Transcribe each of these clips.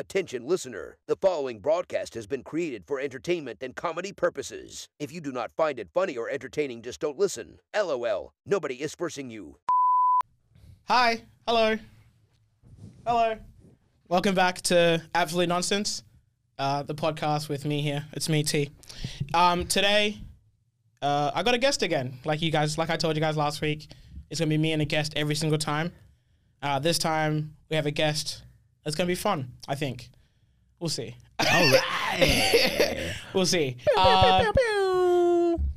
Attention listener, the following broadcast has been created for entertainment and comedy purposes. If you do not find it funny or entertaining, just don't listen. LOL, nobody is forcing you. Hi. Hello. Hello. Welcome back to Absolute Nonsense, uh, the podcast with me here. It's me, T. Um, today, uh, I got a guest again. Like you guys, like I told you guys last week, it's gonna be me and a guest every single time. Uh, this time we have a guest. It's gonna be fun. I think. We'll see. All right. We'll see. Uh,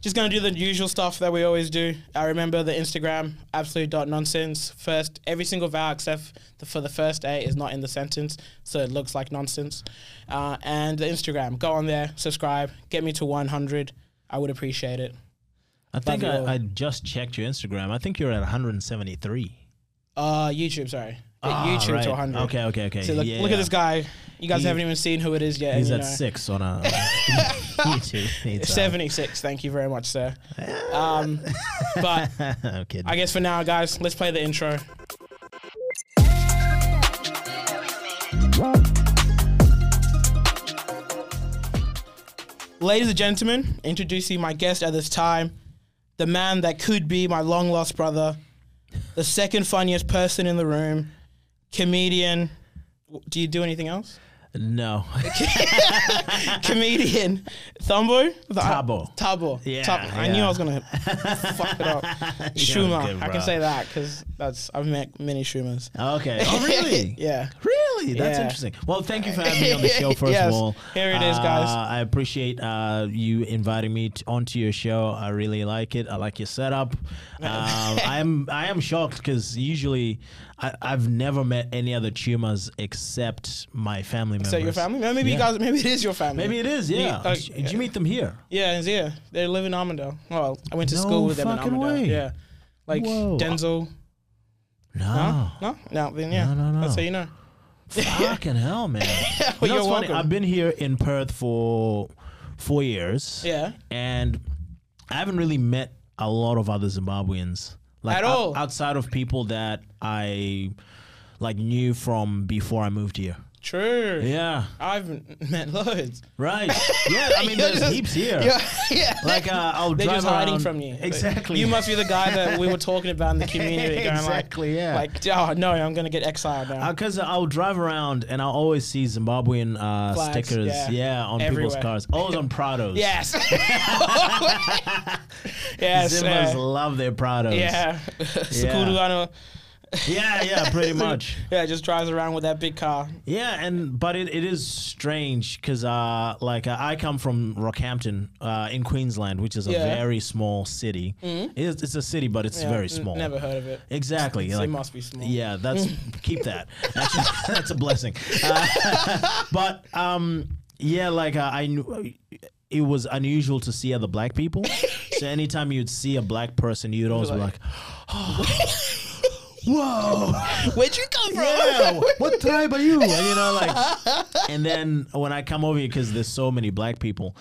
just gonna do the usual stuff that we always do. I remember the Instagram absolute.nonsense. First, every single vowel except the, for the first A is not in the sentence, so it looks like nonsense. Uh, and the Instagram, go on there, subscribe, get me to 100. I would appreciate it. I think you all. I, I just checked your Instagram. I think you're at 173. Uh, YouTube, sorry, Get Ah, YouTube right. to 100. Okay, okay, okay. So look, yeah. look at this guy. You guys He- haven't even seen who it is yet. He's and at you know. six on a YouTube. It's, uh, 76. Thank you very much, sir. Um, but I'm kidding. I guess for now, guys, let's play the intro. Ladies and gentlemen, introducing my guest at this time, the man that could be my long lost brother, the second funniest person in the room, comedian. W- Do you do anything else? no. comedian Thumbo The- Thabo. Thabo Yeah, Thabo. I knew yeah. I was gonna fuck it up Schumer good, I can bro. say that because that's I've met many Schumers okay. Oh, really? yeah Really? That's Yeah. interesting. Well, thank you for having me on the show, first Yes. of all. Here it is, guys. Uh, I appreciate uh, you inviting me t- onto your show. I really like it. I like your setup. Um, I am I am shocked because usually I, I've never met any other tumors except my family members. so your family maybe you Yeah. guys maybe it is your family Maybe it is, yeah. oh, Did you meet them here? yeah it's, yeah they live in Armandale oh well, I went to No school with them in fucking Armandale way. yeah like Whoa. Denzel No. no no then yeah No, no, that's no. how you know Fucking hell, man. Well, You know, you're it's funny. welcome. I've been here in Perth for four years. Yeah. And I haven't really met a lot of other Zimbabweans. Like At out- all? outside of people that I like knew from before I moved here. true Yeah. I've met loads Right. Yeah, I mean You're there's just- heaps here. yeah yeah Like uh, I'll They're drive just hiding around- from you. Like, Exactly. You must be the guy that we were talking about in the community. Going Exactly, Like, yeah. Like, oh no, I'm gonna get exiled now. Because Uh, I'll drive around and I'll always see Zimbabwean uh, Flags, stickers, yeah. yeah, on Everywhere. people's cars. Always on Prados. yes. yes. Zimbabweans uh, love their Prados. yeah. Sukudugano. yeah, yeah, pretty much. Yeah, just drives around with that big car. Yeah, and but it, it is strange because uh, like uh, I come from Rockhampton uh, in Queensland, which is a Yeah. Mm. very small city. It's, it's a city, but it's Yeah, very n- small. Never heard of it. Exactly. So it like- must be small. Yeah, that's keep that. That's, that's a blessing. Uh, but um, yeah, like uh, I knew it was unusual to see other black people. so anytime you'd see a black person, you'd always be like, "Whoa." Where'd you come from? Yeah, what tribe are you? And, you know, like, and then when I come over here, because there's so many black people,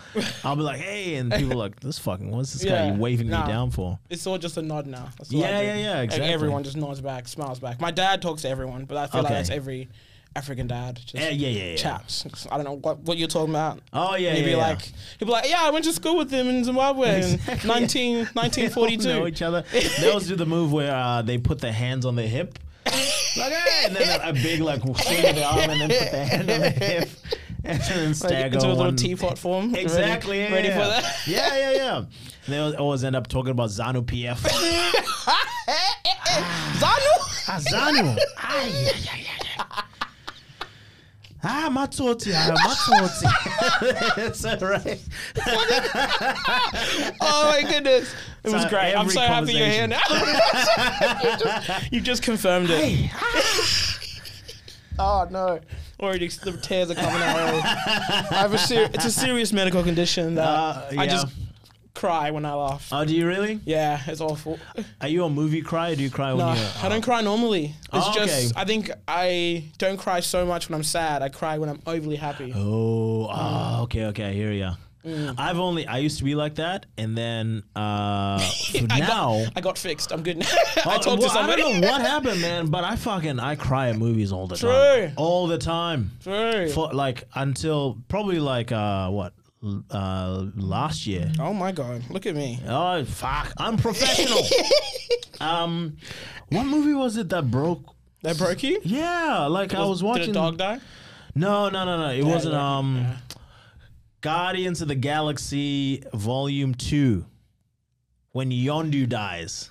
I'll be like, hey, and people are like, this fucking, what's this Yeah, guy waving nah. me down for? It's all just a nod now. That's all I Yeah, do. yeah, yeah, Like, exactly. everyone just nods back, smiles back. My dad talks to everyone, but I feel like Okay. that's every African dad. Just Yeah, yeah, yeah, yeah. Chaps. I don't know what, what you're talking about. Oh, yeah, And he'd yeah, be yeah. like, he'd be like, yeah, I went to school with them in Zimbabwe in 19, They all 1942. know each other. They always do the move where uh, they put their hands on their hip. Like, hey, and then a big, like, swing of the arm and then put their hand on the hip. And then Like, stagger into a little one- teapot form. Exactly. Ready, yeah, ready yeah. for that. Yeah, yeah, yeah. And they al- always end up talking about ZANU PF. Zanu? Ah, ZANU. Ay, ay, ay, ay, ay. Ah, Matsotsi. Ah, Matsotsi. That's all right. Oh my goodness. It was So great. I'm every so happy you're here conversation- now. you, just, you just confirmed it. oh no. Already the tears are coming out. already. I have a ser- it's a serious medical condition that Uh, I yeah. just cry when I laugh. Oh, do you really? yeah, it's awful. Are you a movie crier? Do you cry No, when you're. I don't cry normally. It's uh-huh. Oh, just okay. I think I don't cry so much when I'm sad. I cry when I'm overly happy. Oh, ah, okay, okay, I hear ya. I've only I used to be like that, and then uh, for I now. got, I got fixed. I'm good now. I Oh, talked well, to somebody. I don't know what happened, man, but I fucking I cry at movies all the True. time. All the time. True. For like until probably like uh what l- uh last year. oh my god, look at me. Oh fuck, I'm professional. um, what movie was it that broke? That broke you? Yeah, like I was watching. Did a dog die? No, no, no, no. It wasn't. yeah, Um, Guardians of the Galaxy Volume Two, when Yondu dies.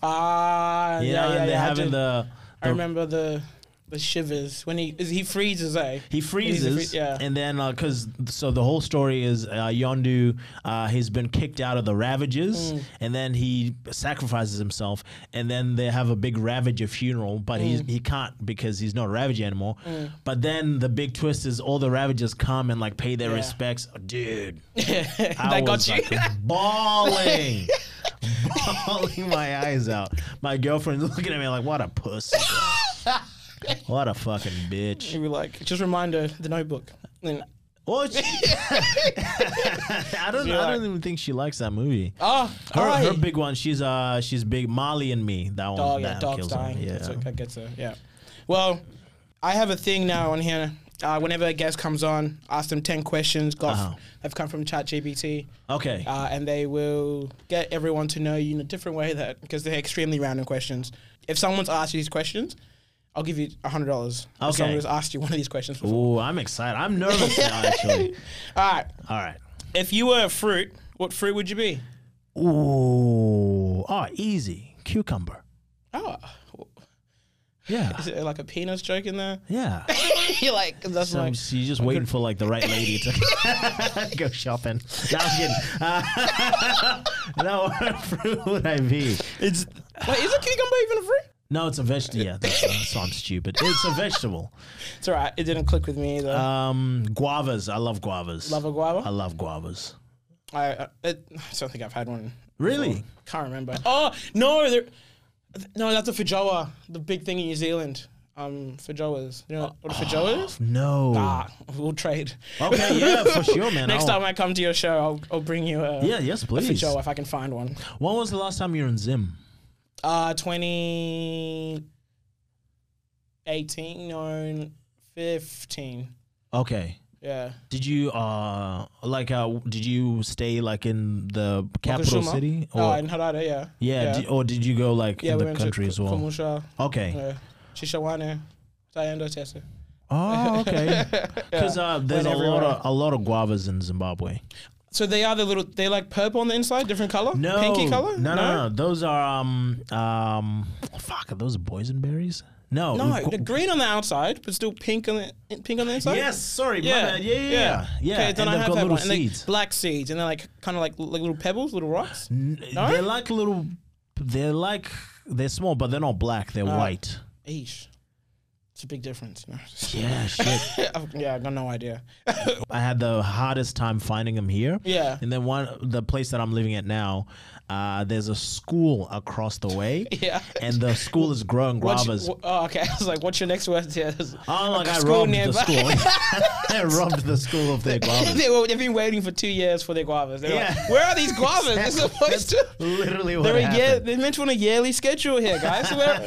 Ah, You yeah, know, yeah, and they're yeah, I having did. the, I the remember the the shivers when he is he freezes, eh? He freezes, free- yeah. and then because so the whole story is uh, Yondu, uh, he's been kicked out of the Ravages, Mm. and then he sacrifices himself, and then they have a big Ravager funeral, but he's, Mm. he can't because he's not a Ravager anymore. But then the big twist is all the Ravagers come and like pay their Yeah. respects, Oh, dude. that got you. Like bawling. bawling my eyes out. My girlfriend's looking at me like, what a pussy. bro." what a fucking bitch. you were like, just remind her the notebook. And, Oh, Well, she, I don't. She I like- don't even think she likes that movie. oh, Her, alright. her big one. She's uh, she's big. Molly and me. That one. Oh yeah, that dog's kills me, dying. Yeah. That's what, that gets her. Yeah. Well, I have a thing now on here. Uh, whenever a guest comes on, ask them ten questions. Got Uh-huh. have come from ChatGPT, Okay. uh, and they will get everyone to know you in a different way. That because they're extremely random questions. If someone's asked you these questions, I'll give you hundred dollars. Okay. If someone has asked you one of these questions before. Ooh, I'm excited. I'm nervous now. Actually. All right. All right. If you were a fruit, what fruit would you be? Ooh. Oh, easy. Cucumber. Oh, Yeah. is it like a penis joke in there? Yeah. You're like that's So like she's just waiting for like the right lady to go shopping. No, I'm kidding. Uh, no, what fruit would I be? it's. Wait, is a cucumber even a fruit? No, it's a vegetable. Yeah, that's, that's why I'm stupid. It's a vegetable. It's all right. It didn't click with me either. Um, guavas. I love guavas. Love a I guava? love guavas. I, I, it, I don't think I've had one. Really? Can't remember. Oh no, there. No, that's a feijoa, the big thing in New Zealand. Um, feijoas. You know what a feijoa is? No. Ah, we'll trade. Okay, Oh, yeah, for sure, man. Next I'll- time I come to your show, I'll, I'll bring you a, Yeah, yes, a please. feijoa if I can find one. When was the last time you were in Zim? Uh, 2018, no, 15. Okay. Yeah. Did you uh like uh did you stay like in the capital Fukushima. city or Oh, in Harare, yeah. yeah, Did, or did you go like yeah, in we the went country to as well? Kumusha, okay. uh, Shishawane, Tayendo Tese. Oh, okay. Because uh, there's a Went lot everywhere. of a lot of guavas in Zimbabwe. So they are the little. They like purple on the inside, different color. No, pinky color. No, no, no, Those are um um fuck. Are those boysenberries? No, no. gu- they're green on the outside, but still pink on the pink on the inside. Yes, sorry, yeah. my bad. Yeah, yeah, yeah. yeah. Okay, then and I they've have got that little one. And they- seeds. black seeds, and they're like kind of like, like little pebbles, little rocks. N- No? They're like little. They're like they're small, but they're not black. Oh. They're white. Eesh. It's a big difference. You know? Yeah, shit. yeah, I got no idea. I had the hardest time finding them here. Yeah. And then one, the place that I'm living at now, uh, there's a school across the way. Yeah. And the school is growing What's- guavas. wh- oh, okay. I was like, what's your next word? Yeah, there's Oh, like a I school robbed the nearby. school. I robbed the school of their guavas. they were, they've been waiting for two years for their guavas. They're Yeah. like, where are these guavas? They're supposed to. Literally what They're, a year, happened. they're meant to on a yearly schedule here, guys. So where,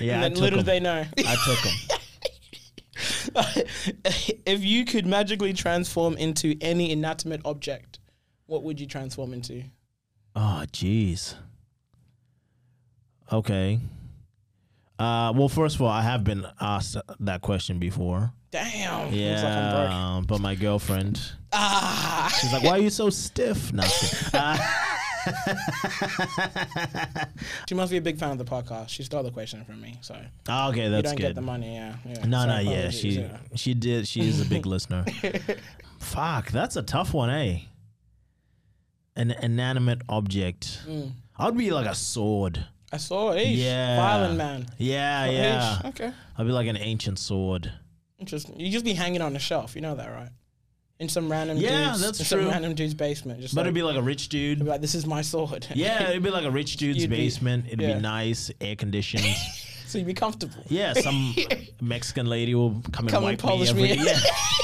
Yeah, I and took little do 'em. they know. I took them. if you could magically transform into any inanimate object, what would you transform into? Oh, jeez. Okay. Uh, well, first of all, I have been asked that question before. Damn. Yeah, um, Looks like I'm broke. but my girlfriend, Ah. she's like, "Why are you so stiff?" Not stiff. She must be a big fan of the podcast. She stole the question from me, so okay, you that's don't good. get the money. Yeah. yeah. no, So no, yeah, apologies, she yeah. she did. She is a big listener. Fuck, that's a tough one, eh? An inanimate object. Mm. I'd be like a sword. I saw it. Eesh. Yeah. Violent man. Yeah, Eesh. yeah. Okay. I'd be like an ancient sword. Interesting. You just be hanging on the shelf. You know that, right? In some random Yeah, dude's, that's in true. some random dude's basement. Just But like, it'd be like a rich dude. like, this is my sword. Yeah, it'd be like a rich dude's You'd be- basement. it'd yeah. be nice, air conditioned. so you'd be comfortable. yeah, some Mexican lady will come and Come and wipe me polish every me. yeah,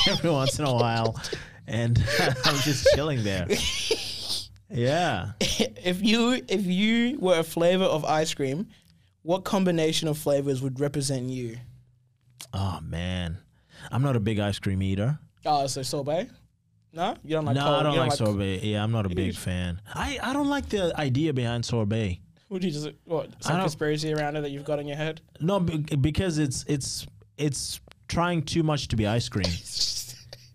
every once in a while. and I was just chilling there. Yeah, if you if you were a flavor of ice cream, what combination of flavors would represent you? Oh man, I'm not a big ice cream eater. Oh, so sorbet? No, you don't like. no, cold. I don't you like sorbet. Yeah, I'm not a big fan. I, I don't like the idea behind sorbet. Would you just what some don't- conspiracy around it that you've got in your head? No, be- because it's it's it's trying too much to be ice cream.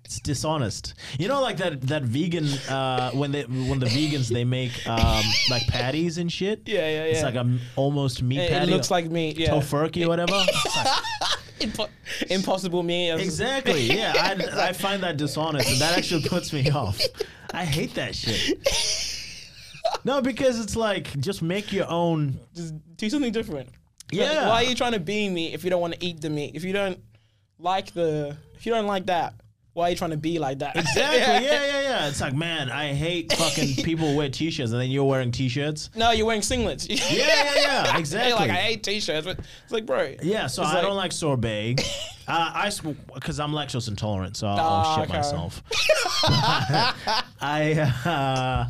It's dishonest. You know, like that that vegan uh, when they when the vegans they make um, like patties and shit. Yeah, yeah, It's yeah. like a m- almost meat it, it patty. looks like meat. Yeah. tofurkey or whatever. Impo- impossible meat. exactly. Yeah, I, I find that dishonest, and that actually puts me off. I hate that shit. No, because it's like just make your own. Just do something different. Like, Yeah. why are you trying to be meat if you don't want to eat the meat? If you don't like the, if you don't like that, why are you trying to be like that? Exactly. Yeah, yeah, yeah. It's like, man, I hate fucking people who wear t-shirts, and then you're wearing t-shirts. No, you're wearing singlets. Yeah, yeah, yeah. Exactly. They're like I hate t-shirts, but it's like, bro. Yeah, so It's I like- don't like sorbet. uh, I because I'm lactose intolerant, so I'll, Ah, shit okay. myself. I uh,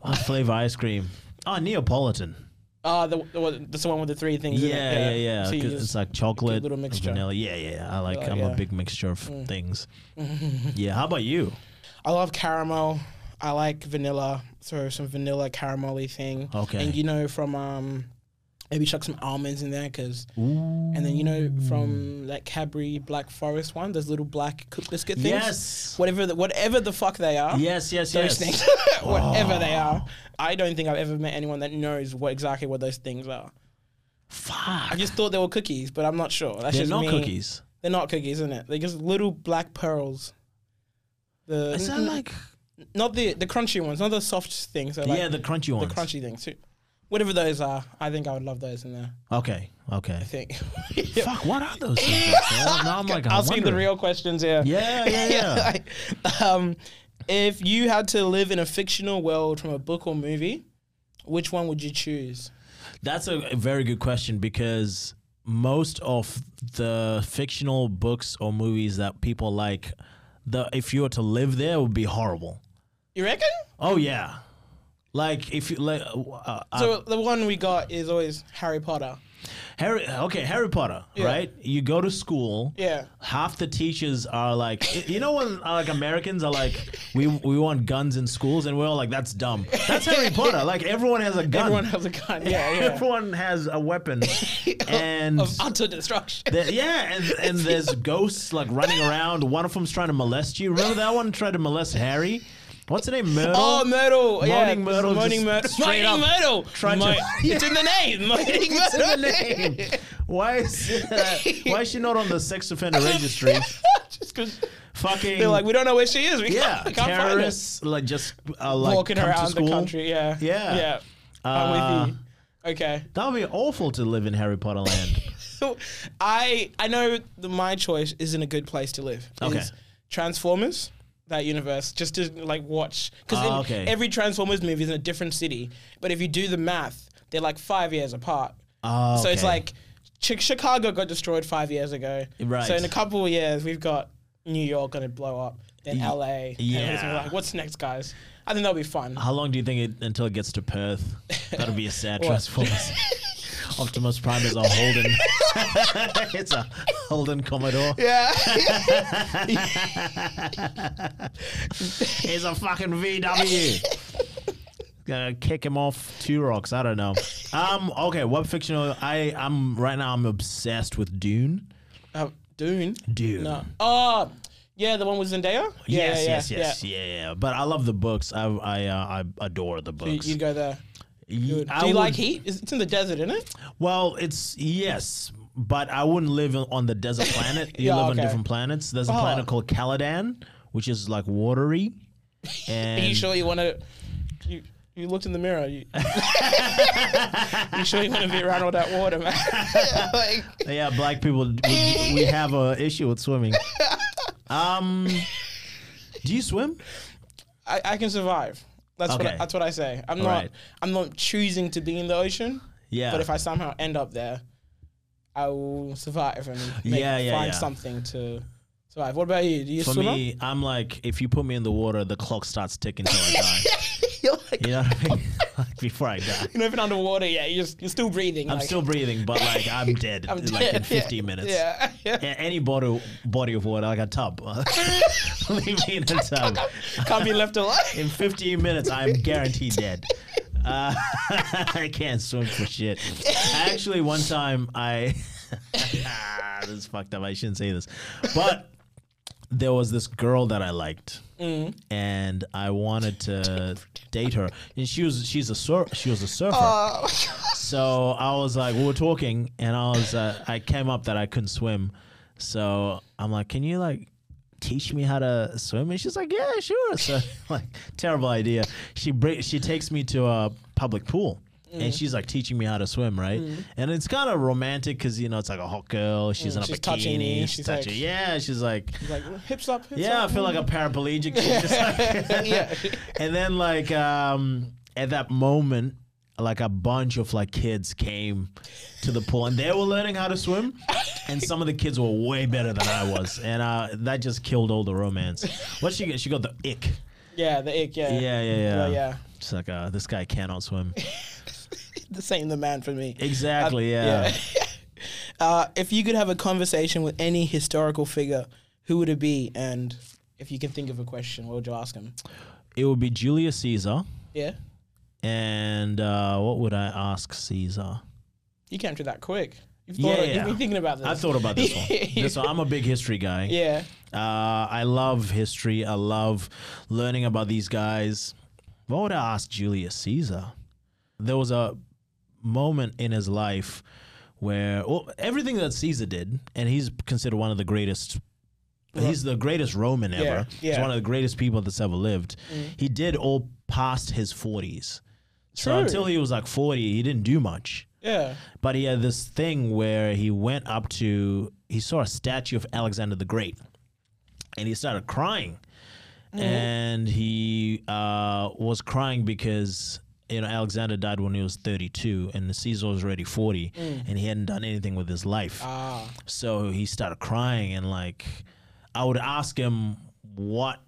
what flavor ice cream? Oh, Neapolitan. Uh, the, the one- that's the one with the three things. in it. Yeah, yeah, yeah. So you 'cause just- it's like chocolate, little mixture. vanilla. Yeah, yeah. I like. Like, I'm yeah. Mm. a big mixture of things. yeah. How about you? I love caramel. I like vanilla. So some vanilla caramelly thing. Okay. And you know from um, maybe chuck some almonds in there because, Ooh. and then you know from that Cadbury Black Forest one, those little black cook biscuit things. Yes. Whatever the whatever the fuck they are. Yes. Oh. Yes. Those Yes. things, whatever they are, I don't think I've ever met anyone that knows what exactly what those things are. I Fuck. just thought they were cookies, but I'm not sure. That's They're just not me. cookies. They're not cookies, isn't it? They're just little black pearls. The Is that n- like? not the the crunchy ones, not the soft things. They're like yeah, the crunchy the ones. crunchy things. too. Whatever those are, I think I would love those in there. Okay. Okay. I think. Fuck. What are those things? man? now I'm like I Asking the wonder. real questions here. Yeah, yeah, yeah. Like, um, if you had to live in a fictional world from a book or movie, which one would you choose? That's a a very good question because most of the fictional books or movies that people like, the if you were to live there, it would be horrible. You reckon? Oh yeah, like if you like uh, uh, uh, so the one we got is always Harry Potter. Harry. Okay, Harry Potter, right? You go to school. Yeah. Half the teachers are like, you know, when uh, like Americans are like, we we want guns in schools, and we're all like, that's dumb. That's Harry Potter. Like everyone has a gun. Everyone has a gun. Yeah, yeah. Everyone has a weapon, and of utter destruction. There- yeah, and, and there's ghosts like running around. One of them's trying to molest you. Remember that one tried to molest Harry? What's her name? Myrtle. Oh, Myrtle. yeah, Moaning Myrtle Moaning just Myrtle. straight Moaning up Myrtle. tried to- It's in the name. Moaning What's Myrtle. her name? Why is why is she not on the sex offender registry? Just 'cause Fucking they're like, we don't know where she is. We yeah, can't, can't find her. terrorists like just uh, like Walking come to around the school. country. Yeah. Yeah. Yeah. I'm Uh, with you. Okay. That would be awful to live in Harry Potter land. So I I know the, my choice isn't a good place to live. Okay. It's Transformers. That universe, just to like watch, because Ah, okay. every Transformers movie is in a different city. But if you do the math, they're like five years apart. Oh, So it's okay. like Chi- Chicago got destroyed five years ago. Right. So in a couple of years, we've got New York going to blow up, then LA. and yeah. Ah. everything. We're like, what's next, guys? I think that'll be fun. How long do you think it until it gets to Perth? That'll be a sad Transformers. Optimus Prime is a Holden. it's a Holden Commodore. Yeah. It's a fucking VW. Gonna kick him off two rocks. I don't know. Um. Okay. What fictional? I. I'm right now. I'm obsessed with Dune. um, Dune. Dune. No. Oh, yeah, the one with Zendaya. Yeah, Yes, yeah, yes, yeah, yes, yeah. yeah, But I love the books. I, I, uh, I adore the yeah. You, books. you go there. Ye- Good. Do I you like would- heat? It's it's in the desert, isn't it? Well, it's yes, but I wouldn't live on the desert planet. You Yeah, live okay. Oh. on different planets. There's a planet called Caladan, which is like watery. And Are you sure you want to? You you looked in the mirror. You, you sure you want to be around all that water, man? like, Yeah, black people we, we have a issue with swimming. Um, do you swim? I, I can survive. That's what I, Okay. that's what I say. I'm All not right. I'm not choosing to be in the ocean, Yeah. but if I somehow end up there, I will survive and make, Yeah, yeah, find yeah. something to Survive. What about you? Do you For swim? me, I'm like, if you put me in the water, the clock starts ticking till I die. you're like, You know what I mean? like before I die. you're not even underwater yet. You're, just, you're still breathing. I'm like, still breathing, but like I'm dead. I'm like in dead. Yeah. 15 minutes. Yeah. yeah. A- Any bottle, body of water, like a tub. Leave me in a tub. Can't be left alive. In 15 minutes, I'm guaranteed dead. Uh, I can't swim for shit. Actually, one time I. this is fucked up. I shouldn't say this. But there was this girl that I liked. And I wanted to date her. And she was she's a sur- she was a surfer. Oh, So I was like, we were talking, and I was, uh, I came up that I couldn't swim. So I'm like, can you like teach me how to swim? And she's like, yeah, sure. So like, terrible idea. She br- she takes me to a public pool. Mm. And she's like teaching me how to swim, right? And it's kind of romantic because you know it's like a hot girl. She's in a Mm. she's bikini. touching you, She's, she's touching. like- yeah, she's like, like hips up. Hips yeah. I up. feel like a paraplegic. She's just like, yeah. and then like um at that moment like a bunch of like kids came to the pool and they were learning how to swim and some of the kids were way better than I was and uh that just killed all the romance. What she get? She got the ick. Yeah. The ick. Yeah. Yeah, yeah, yeah. Yeah. Oh, yeah. It's like uh, this guy cannot swim. This ain't the man for me. Exactly, yeah. Uh, if you could have a conversation with any historical figure, who would it be? And if you can think of a question, what would you ask him? It would be Julius Caesar Yeah. and uh what would I ask Caesar? You came to that quick. You've, Yeah, thought, yeah. you've been thinking about this. I thought about this one. This one. I'm a big history guy. Yeah. Uh, I love history. I love learning about these guys. What would I ask Julius Caesar? There was a moment in his life where well, everything that Caesar did, and he's considered one of the greatest. He's the greatest Roman ever. He's yeah. Mm. one of the greatest people that's ever lived. He did all past his 40s. So True. until he was like 40, he didn't do much. Yeah. But he had this thing where he went up to, he saw a statue of Alexander the Great and he started crying. Mm-hmm. And he uh, was crying because, you know, Alexander died when he was 32 and Caesar was already 40 and he hadn't done anything with his life. Mm. Ah. So he started crying and like I would ask him what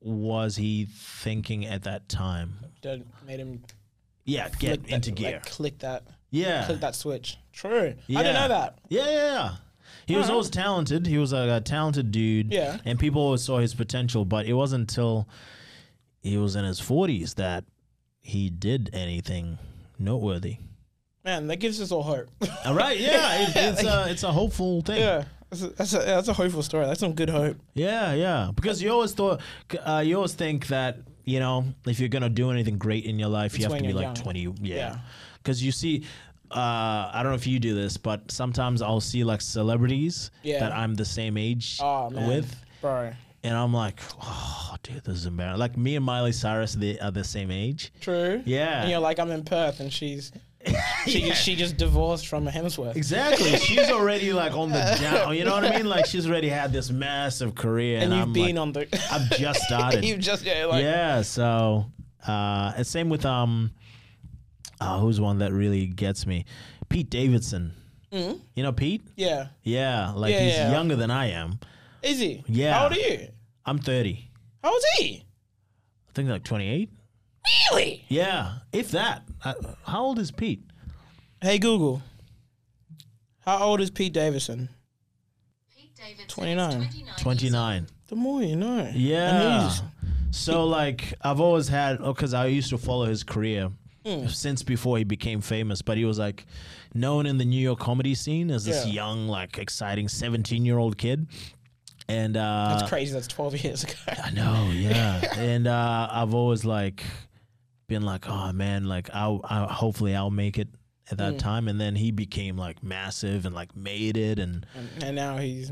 was he thinking at that time? That made him Yeah, get click into that, gear. Like, click that. yeah. Click that switch. True. I Yeah. didn't know that. Yeah, yeah, yeah. He was always talented. He was a, a talented dude. Yeah. And people always saw his potential, but it wasn't until he was in his 40s that he did anything noteworthy. Man, that gives us all hope. All right, yeah. It, it's, a, it's a hopeful thing. Yeah, yeah. That's a, that's, a, that's a hopeful story. That's some good hope. yeah. Because you always thought, uh, you always think that, you know, if you're going to do anything great in your life, you have when to be you're like young. 20. Yeah. Yeah. Because you see, uh, I don't know if you do this, but sometimes I'll see like celebrities Yeah. that I'm the same age Oh, man. with. Bro. And I'm like, oh, dude, this is embarrassing. Like me and Miley Cyrus, they are the same age. True. Yeah. And you're like, I'm in Perth, and she's she she just divorced from a Hemsworth. Exactly. She's already like on the down. You know what I mean? Like she's already had this massive career, and, and you've I'm been like, on the. I've just started. you've just yeah like yeah. So, uh, and same with um, uh, who's one that really gets me? Pete Davidson. You know Pete? yeah. Yeah. Like Mm-hmm. Yeah, he's yeah. younger than I am. Is he? Yeah. How old are you? I'm 30. How old is he? I think like 28. Really? Yeah, if that. Uh, how old is Pete? Hey Google. How old is Pete Davidson? Pete Davidson, 29. 29. 29. The more you know. I knew Yeah. this. So like I've always had because I used to follow his career Hmm. since before he became famous, but he was like known in the New York comedy scene as this Yeah. young, like exciting seventeen year old kid. And uh That's crazy. That's 12 years ago. I know, yeah. and uh I've always like been like, oh man, like I'll, I'll hopefully I'll make it at Hmm. that time. And then he became like massive and like made it and and now he's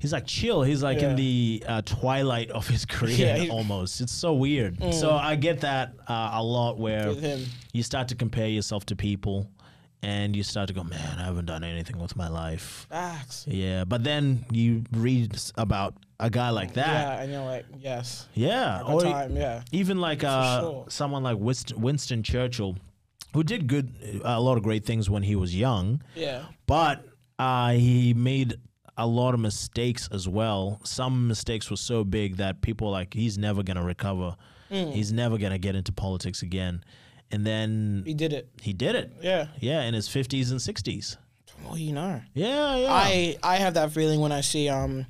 He's like chill. He's like in Yeah. the uh, twilight of his career Yeah, he- Mm. almost. It's so weird. So I get that uh, a lot where with him. you start to compare yourself to people and you start to go, man, I haven't done anything with my life. Facts. Yeah. But then you read s- about a guy like that. Yeah, and you're like, yes. Yeah. e At the time, yeah. even like uh, sure. someone like Winston, Winston Churchill, who did uh, good, a lot of great things when he was young Yeah. but uh, he made a lot of mistakes as well. Some mistakes were so big that people were like he's never gonna recover. Mm. He's never gonna get into politics again. And then He did it. he did it. Yeah. Yeah, in his fifties and sixties. Well, you know. Yeah, yeah. I I have that feeling when I see um,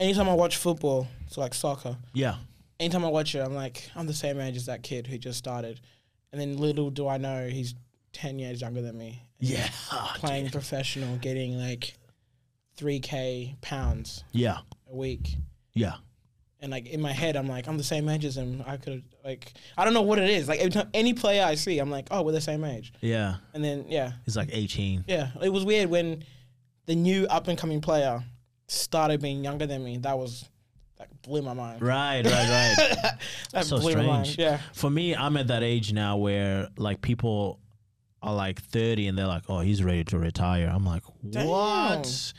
anytime I watch football, so like soccer. yeah. Anytime I watch it, I'm like, I'm the same age as that kid who just started, and then little do I know he's ten years younger than me, Yeah. playing professional, getting like three k pounds Yeah. a week. Yeah. And like in my head, I'm like, I'm the same age as him. I could like, I don't know what it is. Like every time any player I see, I'm like, oh, we're the same age. Yeah. And then yeah, He's like eighteen. yeah, it was weird when the new up and coming player started being younger than me. That was that blew my mind. Right, right, right. That so blew my mind. strange. Yeah, For me, I'm at that age now where like people are like 30 and they're like, "Oh, he's ready to retire." I'm like, Damn. "What?"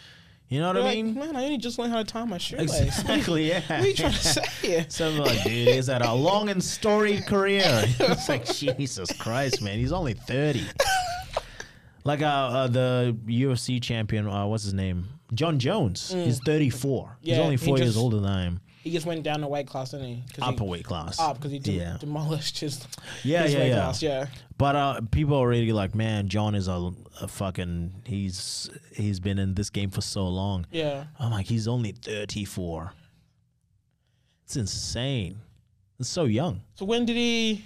You know what You're I like, mean? man, I only just learned how to tie my shoelace. Exactly. What are you trying Yeah. to say? here? So I'm like, dude, is that a long and storied career? It's like, Jesus Christ, man, he's only 30. Like uh, uh, the UFC champion, uh, what's his name? John Jones. He's 34. Mm. Yeah, he's only he four years just- older than I am. He just went down a weight class, didn't he? 'Cause Upper he, weight class. up because he dem- Yeah. demolished his, Yeah, his yeah, weight yeah. class. Yeah, But uh, people are already like, man, John is a, a fucking. He's he's been in this game for so long. yeah. I'm like, he's only 34. It's insane. It's so young. So when did he?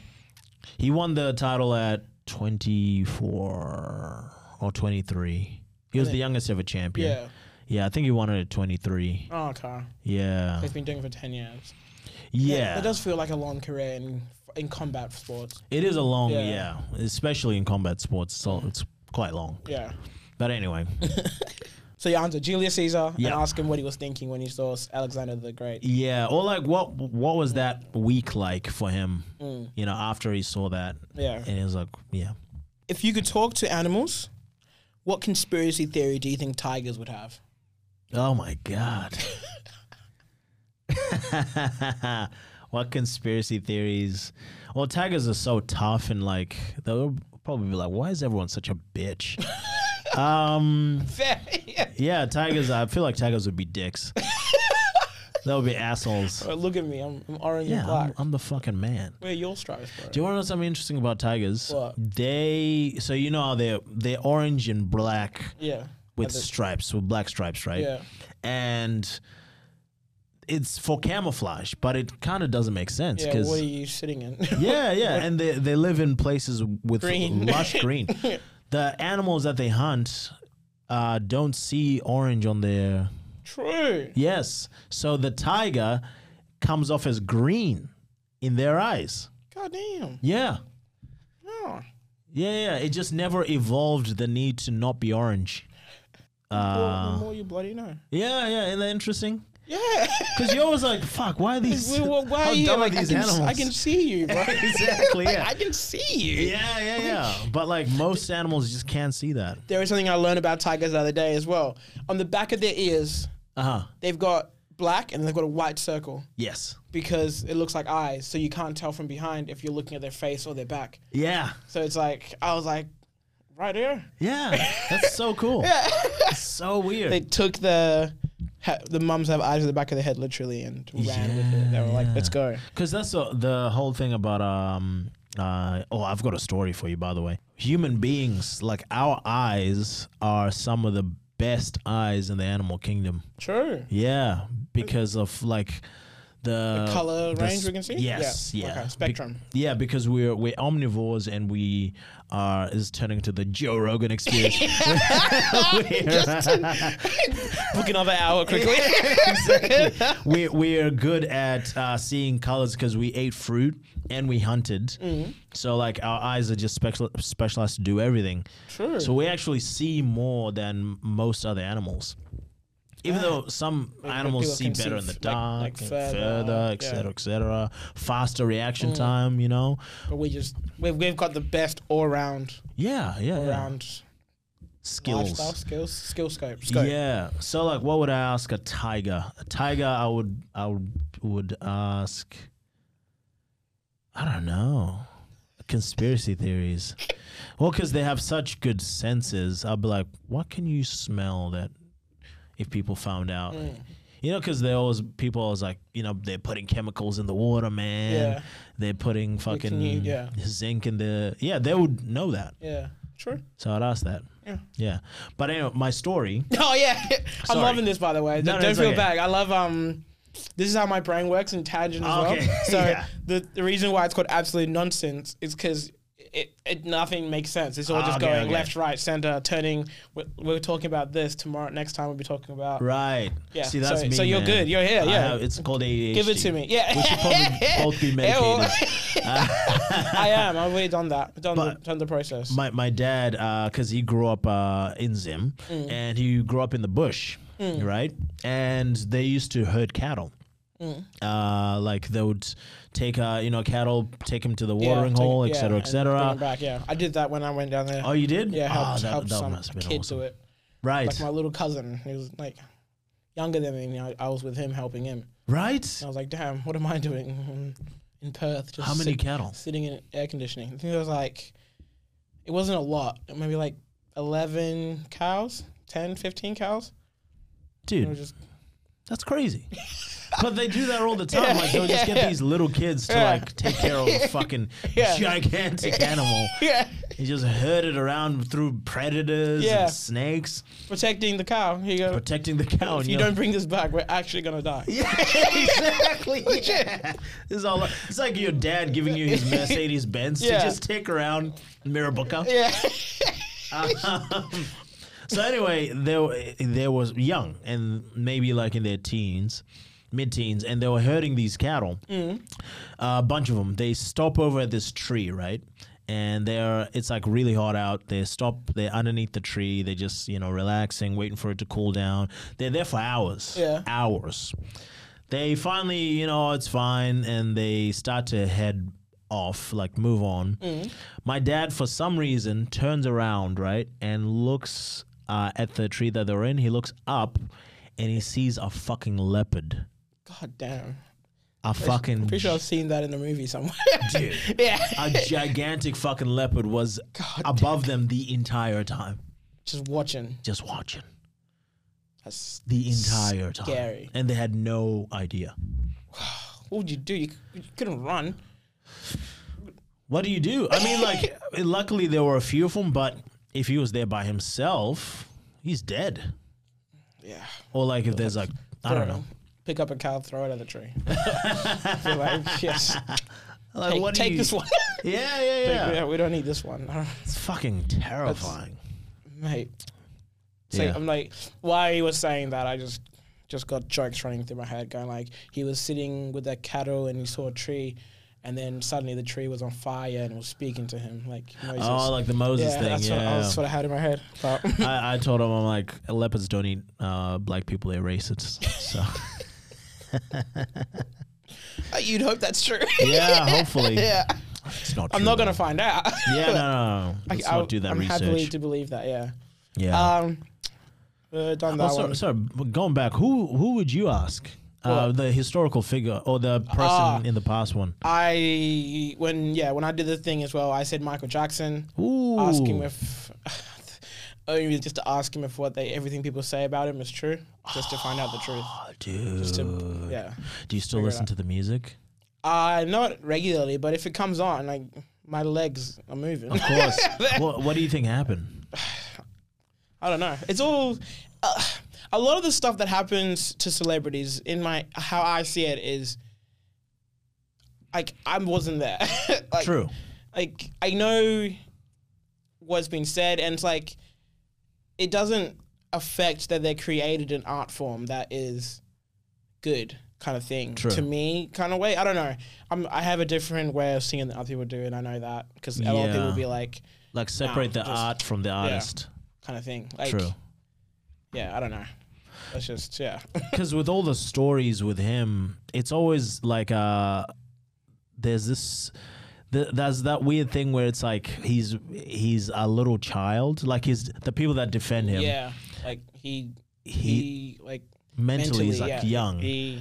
He won the title at 24 or 23. He was the youngest ever champion. Yeah. Yeah, I think he won it at 23. Oh, okay. Yeah. He's been doing it for ten years. Yeah. It does feel like a long career in in combat sports. It is a long, Yeah. yeah. Especially in combat sports. So it's quite long. Yeah. But anyway, So you answer Julius Caesar and Yeah. ask him what he was thinking when he saw Alexander the Great. yeah. Or like, what what was that week like for him, Mm. you know, after he saw that? Yeah. And he was like, yeah. If you could talk to animals, what conspiracy theory do you think tigers would have? Oh my god. what conspiracy theories? Well, tigers are so tough and like they'll probably be like, "Why is everyone such a bitch?" um, Fair. yeah. yeah, tigers. I feel like tigers would be dicks. they would be assholes. But look at me, I'm, I'm orange and Yeah, black. I'm, I'm the fucking man. Where are your stripes, bro? Do you want to know something interesting about tigers? What? They so you know how they're they're orange and black yeah. with Other- stripes, with black stripes, right? Yeah. and it's for camouflage, but it kind of doesn't make sense yeah. because What are you sitting in? yeah, yeah, and they they live in places with Green. lush green. the animals that they hunt uh, don't see orange on their True. yes, so the tiger comes off as green in their eyes. God damn. Yeah, Oh. yeah, yeah. It just never evolved the need to not be orange. Well, the Uh, more you bloody know. yeah, yeah. Isn't that interesting? Yeah. Because you're always like, fuck, why are these? Well, well, Why how are you dumb like, are these I can, animals? I can see you, bro. exactly. Like, Yeah. I can see you. yeah, yeah, yeah. But like most animals just can't see that. There is something I learned about tigers the other day as well. On the back of their ears, Uh huh. they've got black and they've got a white circle Yes. because it looks like eyes, so you can't tell from behind if you're looking at their face or their back. Yeah. So it's like I was like, right here. Yeah. That's so cool. It's so weird. They took the ha- the mums have eyes at the back of their head literally and ran with it. They were like, let's go. Because that's the, the whole thing about um uh oh I've got a story for you by the way. Human beings like our eyes are some of the best eyes in the animal kingdom. True. Yeah, because of like the, The color range s- we can see? Yes, Yeah, yeah, okay, Be- spectrum. yeah, because we're we're omnivores and we are is turning to the Joe Rogan experience. we're, Book another hour quickly. we're, we're good at uh, seeing colors because we ate fruit and we hunted. Mm-hmm. So like our eyes are just special specialized to do everything. True. So we actually see more than most other animals. Even though some Ah. people animals see can see better in the f- like- dark, like and further, further, et yeah. Mm. cetera, et cetera. Faster reaction time, you know? but we just we've, we've got the best all round Yeah, yeah. all yeah. round lifestyle Skills. skills skill scope. scope. Yeah. So like what would I ask a tiger? A tiger I would I would, would ask I don't know. Conspiracy theories. Well, because they have such good senses, I'd be like, what can you smell that if people found out. Hmm. You know, because they always people always like you know they're putting chemicals in the water, man. Yeah. They're putting fucking you- yeah. zinc in the yeah. They would know that, Yeah. True. so I'd ask that. Yeah. Yeah, but anyway, my story. Oh yeah, I'm Sorry. loving this by the way. No, Don't- no, Don't it's feel okay. bad. I love um. This is how my brain works in tangent as Okay, well. So yeah. the, the reason why it's called absolute nonsense is because it, it nothing makes sense. It's all just Ah, Okay, going okay. left, right, center, turning. We're, we're talking about this tomorrow. Next time we'll be talking about. Right. Yeah, See, that's so- me. so you're man. good. You're here, I yeah. have- it's called ADHD. Give it to me. Yeah. We should probably both be medicated. I am. I've already done that. Done the But- done the process. my my dad because he grew up uh, in Zim Mm. and he grew up in the bush, right? And they used to herd cattle. Mm. Uh, like they would take uh, you know cattle, take them to the Yeah, watering take- hole, yeah, etc., and bring it etc. Back, yeah. I did that when I went down there. Oh, you did? yeah, helped, oh, that, helped that some must have been kid awesome. do it. Right, like my little cousin. He was like younger than me. and I, I was with him helping him. right. I was like, damn, what am I doing in Perth? Just How many sit- cattle? Sitting in air conditioning. I think it was like, it wasn't a lot. Maybe like 11 cows, 10, 15 cows. It was Dude, just, that's crazy. But they do that all the time. like they'll just yeah, get yeah. these little kids to Yeah. like take care of a fucking Yeah. gigantic animal. yeah, He just herded around through predators Yeah. and snakes, protecting the cow. Here you go. protecting the cow. if and you you're- don't bring this back, we're actually going to die. yeah, exactly. yeah. This is all. It's like your dad giving you his Mercedes Benz Yeah. to just take around Mirabuka. Yeah. Um, So anyway, there there was young and maybe like in their teens, mid teens, and they were herding these cattle. a bunch of them. They stop over at this tree, right? And they're it's like really hot out. They stop. They're underneath the tree. They're just you know relaxing, waiting for it to cool down. They're there for hours. Yeah. hours. They finally, you know, it's fine, and they start to head off, like move on. Mm. My dad, for some reason, turns around, right, and looks uh, at the tree that they're in. He looks up, and he sees a fucking leopard. God damn. A fucking Pretty sure I've seen that in a movie somewhere. yeah. a gigantic fucking leopard was God above them the entire time, Just watching. just watching That's, the entire time, Scary. and they had no idea. what would you do? You, c- you couldn't run. What do you do? I mean, like, eh, luckily there were a few of them, but if he was there by himself, he's dead. Yeah. Or like if there's like, I don't know, Pick up a cow, throw it at the tree. Be like, yes, like take, what do take you- this one. Yeah, yeah, yeah. yeah, we don't need this one, It's fucking terrifying. mate. So Yeah. I'm like, while he was saying that, I just just got jokes running through my head, going like, he was sitting with the cattle and he saw a tree, and then suddenly the tree was on fire and was speaking to him, like Moses. Oh, like the Moses yeah, thing. that's yeah. what I, that's what I had in my head. But I, I told him I'm like leopards don't eat uh, black people; they're racists. So you'd hope that's true. yeah, hopefully yeah, it's not. I'm true, not gonna though. find out. yeah, no, no, no. Let's I'll- not do that I'm happily research. to believe that. Yeah. yeah. Um, uh, done that one. oh, sorry, sorry, but going back, who who would you ask? Uh, What? the historical figure or the person Ah. in the past one? I when yeah when I did the thing as well, I said Michael Jackson. Ooh, Ask him if only just to ask him if what they everything people say about him is true, just to find out the truth. Oh, dude. Just to, yeah, Do you still figure it listen out. to the music? uh, not regularly, but if it comes on, like my legs are moving. Of course. what What do you think happened? I don't know. It's all uh, a lot of the stuff that happens to celebrities in my how I see it is like I wasn't there. like, True. like I know what's been said, and it's like it doesn't affect that they created an art form that is good kind of thing True. to me kind of way. I don't know. I'm I have a different way of seeing than other people do, and I know that because a lot of people Yeah. be like Like separate the just- art from the artist. kind of thing. Like, True. Yeah, I don't know. That's just yeah. because with all the stories with him, it's always like uh, there's this. th there's that weird thing where it's like he's he's a little child, like he's the people that defend him. yeah, like he he, he like mentally, mentally is like yeah, young. The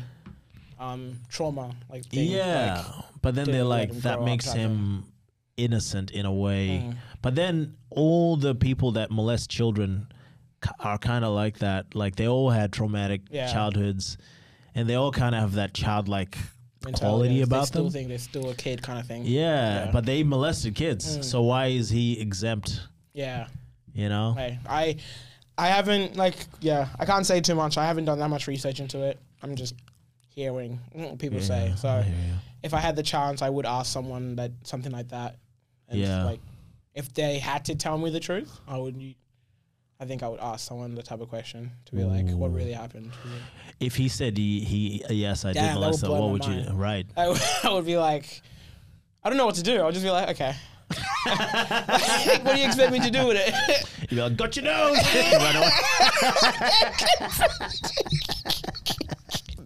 um trauma like thing, yeah, like, but then didn't they're let like him that grow up makes type of- him innocent in a way. Mm. But then all the people that molest children k- are kind of like that. Like they all had traumatic Yeah. childhoods, and they all kind of have that childlike mentality. quality They about still them. think they're still a kid kind of thing. Yeah, Yeah. Mm. but they molested kids, so why is he exempt? Yeah. You know, I, I, I haven't like yeah. I can't say too much. I haven't done that much research into it. I'm just hearing what people say. So I hear you. if I had the chance, I would ask someone that something like that. And Yeah. Like, if they had to tell me the truth, I would. I think I would ask someone the type of question to be like, "What really happened?" to you?" if he said he, he yes, I Damn, that did would molest them, blow what my would you? mind. Right. I would, I would be like, I don't know what to do. I'll just be like, okay. Like, what do you expect me to do with it? You'd be like, got your nose. You run away.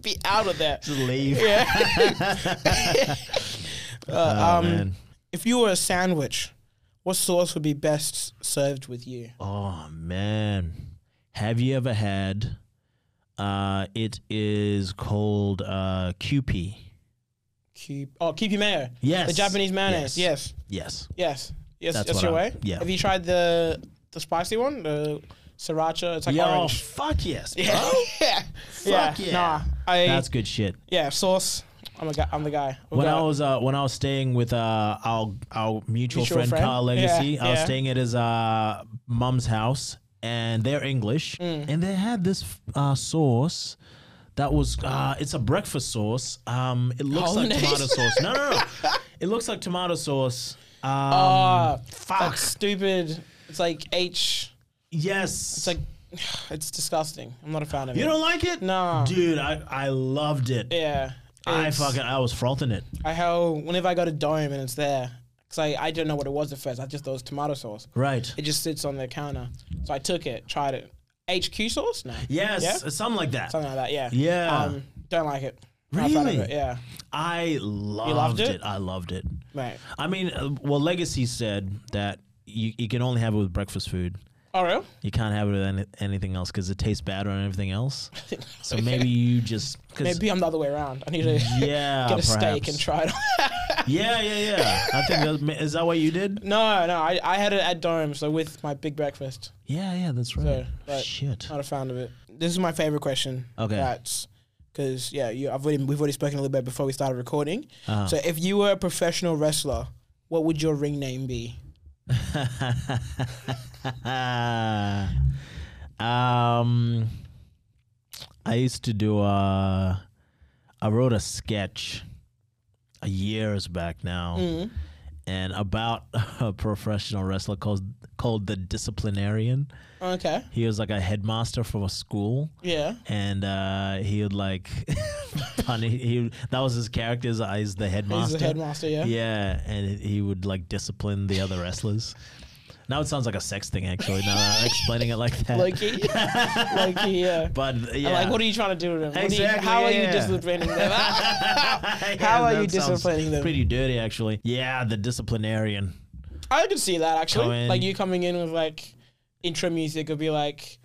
be out of there. Just leave. Uh, Oh, um, man. if you were a sandwich, what sauce would be best served with you? Oh man, have you ever had? Uh, it is called uh, QP. Keep oh, keep mayo. Yes, The Japanese mayonnaise. Yes. yes. Yes. Yes. That's That's, what your I- way. yeah. Have you tried the the spicy one? The sriracha. It's like Yo, orange. fuck yes, bro. Yeah. yeah. Fuck yeah. Nah. I That's good shit. yeah sauce. I'm a guy. I'm the guy. We When got- I was uh, when I was staying with uh, our our mutual, Mutual friend, friend? Carl Legacy, Yeah, I was yeah. staying at his uh, mum's house, and they're English, Mm. and they had this uh, sauce that was uh, it's a breakfast sauce. Um, it looks Hollandaise? like tomato sauce. No, no, no. it looks like tomato sauce. Um, Ah, fuck. That's stupid. It's like H. Yes. It's like it's disgusting. I'm not a fan of you it. don't like it? Nah. Dude, I, I loved it. yeah. I It's- fucking I was frothing it. I how whenever I go to Dome and it's there, cause I I didn't know what it was at first. I just thought it was tomato sauce. Right. It just sits on the counter. So I took it, tried it. HQ sauce? No. Yes, Yeah? something like that. Something like that. Yeah. Yeah. Um, don't like it. Not a fan of Really? it, Yeah. I loved, loved it? it? I loved it. Mate. I mean, uh, well, Legacy said that you, you can only have it with breakfast food. Oh real? You can't have it with any, anything else because it tastes bad on everything else. So maybe you just cause, Maybe I'm the other way around. I need to yeah get a steak perhaps. and try it. yeah yeah yeah. I think that, is that what you did? no, no. I, I had it at Dome, so with my big breakfast. Yeah yeah that's right. right. Shit. Not a fan of it. This is my favorite question. Okay. That's because yeah, you, I've already, we've already spoken a little bit before we started recording. Uh-huh. So if you were a professional wrestler, what would your ring name be? um, I used to do a. I wrote a sketch, a years back now, Mm. and about a professional wrestler called called the disciplinarian. Okay. He was like a headmaster for a school, Yeah. and uh, he would like punish. He that was his character. Is is the He's headmaster. the headmaster. Yeah. Yeah, and he would like discipline the other wrestlers. Now it sounds like a sex thing, actually. Now that I'm explaining it like that, Loki. Loki. Yeah. but yeah, Like, what are you trying to do with him? What do you- Exactly, how are yeah, you yeah. disciplining them? Yeah, how are that you sounds disciplining them? Pretty dirty, actually. Yeah, the disciplinarian. I could see that actually. Come in. Like you coming in with like intro music would be like,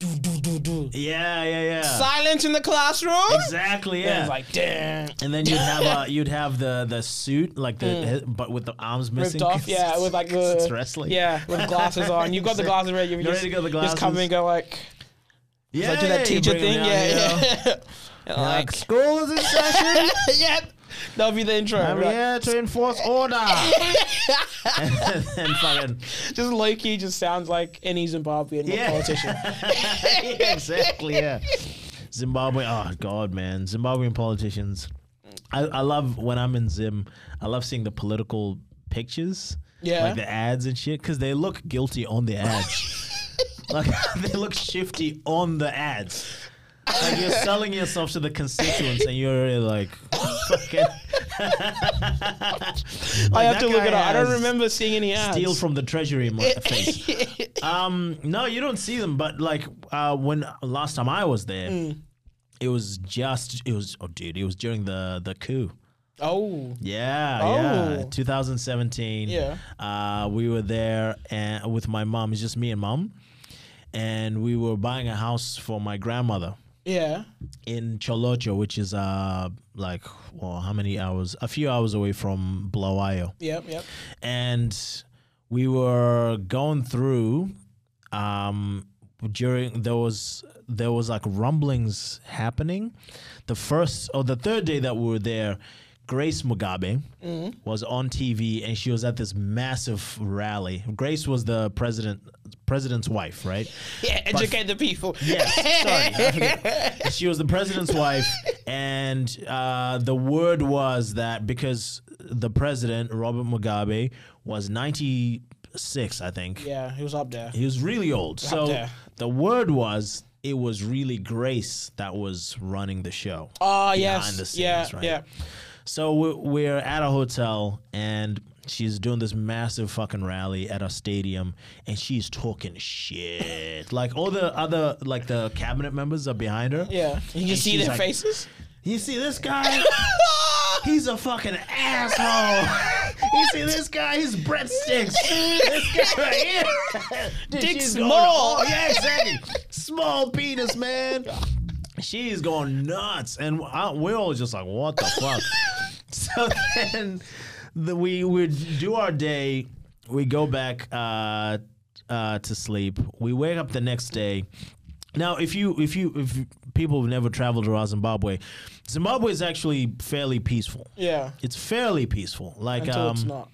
do do do do. Yeah, yeah, yeah. Silence in the classroom. exactly. And Yeah. it's like damn. and then you'd have uh, you'd have the the suit like the but with the arms missing. Mm. ripped off. 'cause Yeah, it's- with like 'cause the it's wrestling. Yeah, with glasses on. You've got the glasses ready. You You're just, ready to go, the Just come glasses. and go like, yeah. like do that you teacher bring 'em thing. out, Yeah, you know. yeah. And like, Like school is in session. yep. That'll be the intro. I'm right? here to enforce order. and then fucking Just Loki just sounds like any Zimbabwean Yeah. politician. Yeah, exactly, yeah. Zimbabwe, oh god, man, Zimbabwean politicians. I, I love when I'm in Zim. I love seeing the political pictures, Yeah. like the ads and shit, because they look guilty on the ads. like they look shifty on the ads. Like you're selling yourself to the constituents, and you're already like, fucking. I Like, have that to look guy it up. I don't has- remember seeing any ads. steal from the treasury in my face. Um, no, you don't see them, but like uh, when last time I was there, Mm. it was just it was oh dude, it was during the the coup. oh, Yeah, yeah, Oh. 2017. Yeah. uh, we were there and with my mom. It's just me and mom, and we were buying a house for my grandmother yeah. in Cholocho, which is uh like well, how many hours? A few hours away from Blawayo Yep, yep. and we were going through um during there was there was like rumblings happening. The first or the third day that we were there, Grace Mugabe was on TV and she was at this massive rally. Grace was the president president's wife, right? Yeah, educate the people. Yes, sorry. she was the president's wife, and uh, the word was that because the president Robert Mugabe was ninety six, I think. Yeah, he was up there. He was really old. So there. the word was it was really Grace that was running the show. Oh, yes. behind the scenes, yeah, right? yeah. So we're, we're at a hotel and she's doing this massive fucking rally at a stadium and she's talking shit. like all the other like the cabinet members are behind her. Yeah. You can And see she's their like, faces. You see this guy? He's a fucking asshole. you see this guy? He's breadsticks. this guy right here. Dude, Dick she's going small. all- yeah, exactly. Small penis, man. She's going nuts, and I, we're all just like, "What the fuck?" so then, the, we would do our day. We go back uh, uh, to sleep. We wake up the next day. Now, if you if you if you- people have never traveled around Zimbabwe, Zimbabwe is actually fairly peaceful. Yeah. It's fairly peaceful. Like Until um, it's not.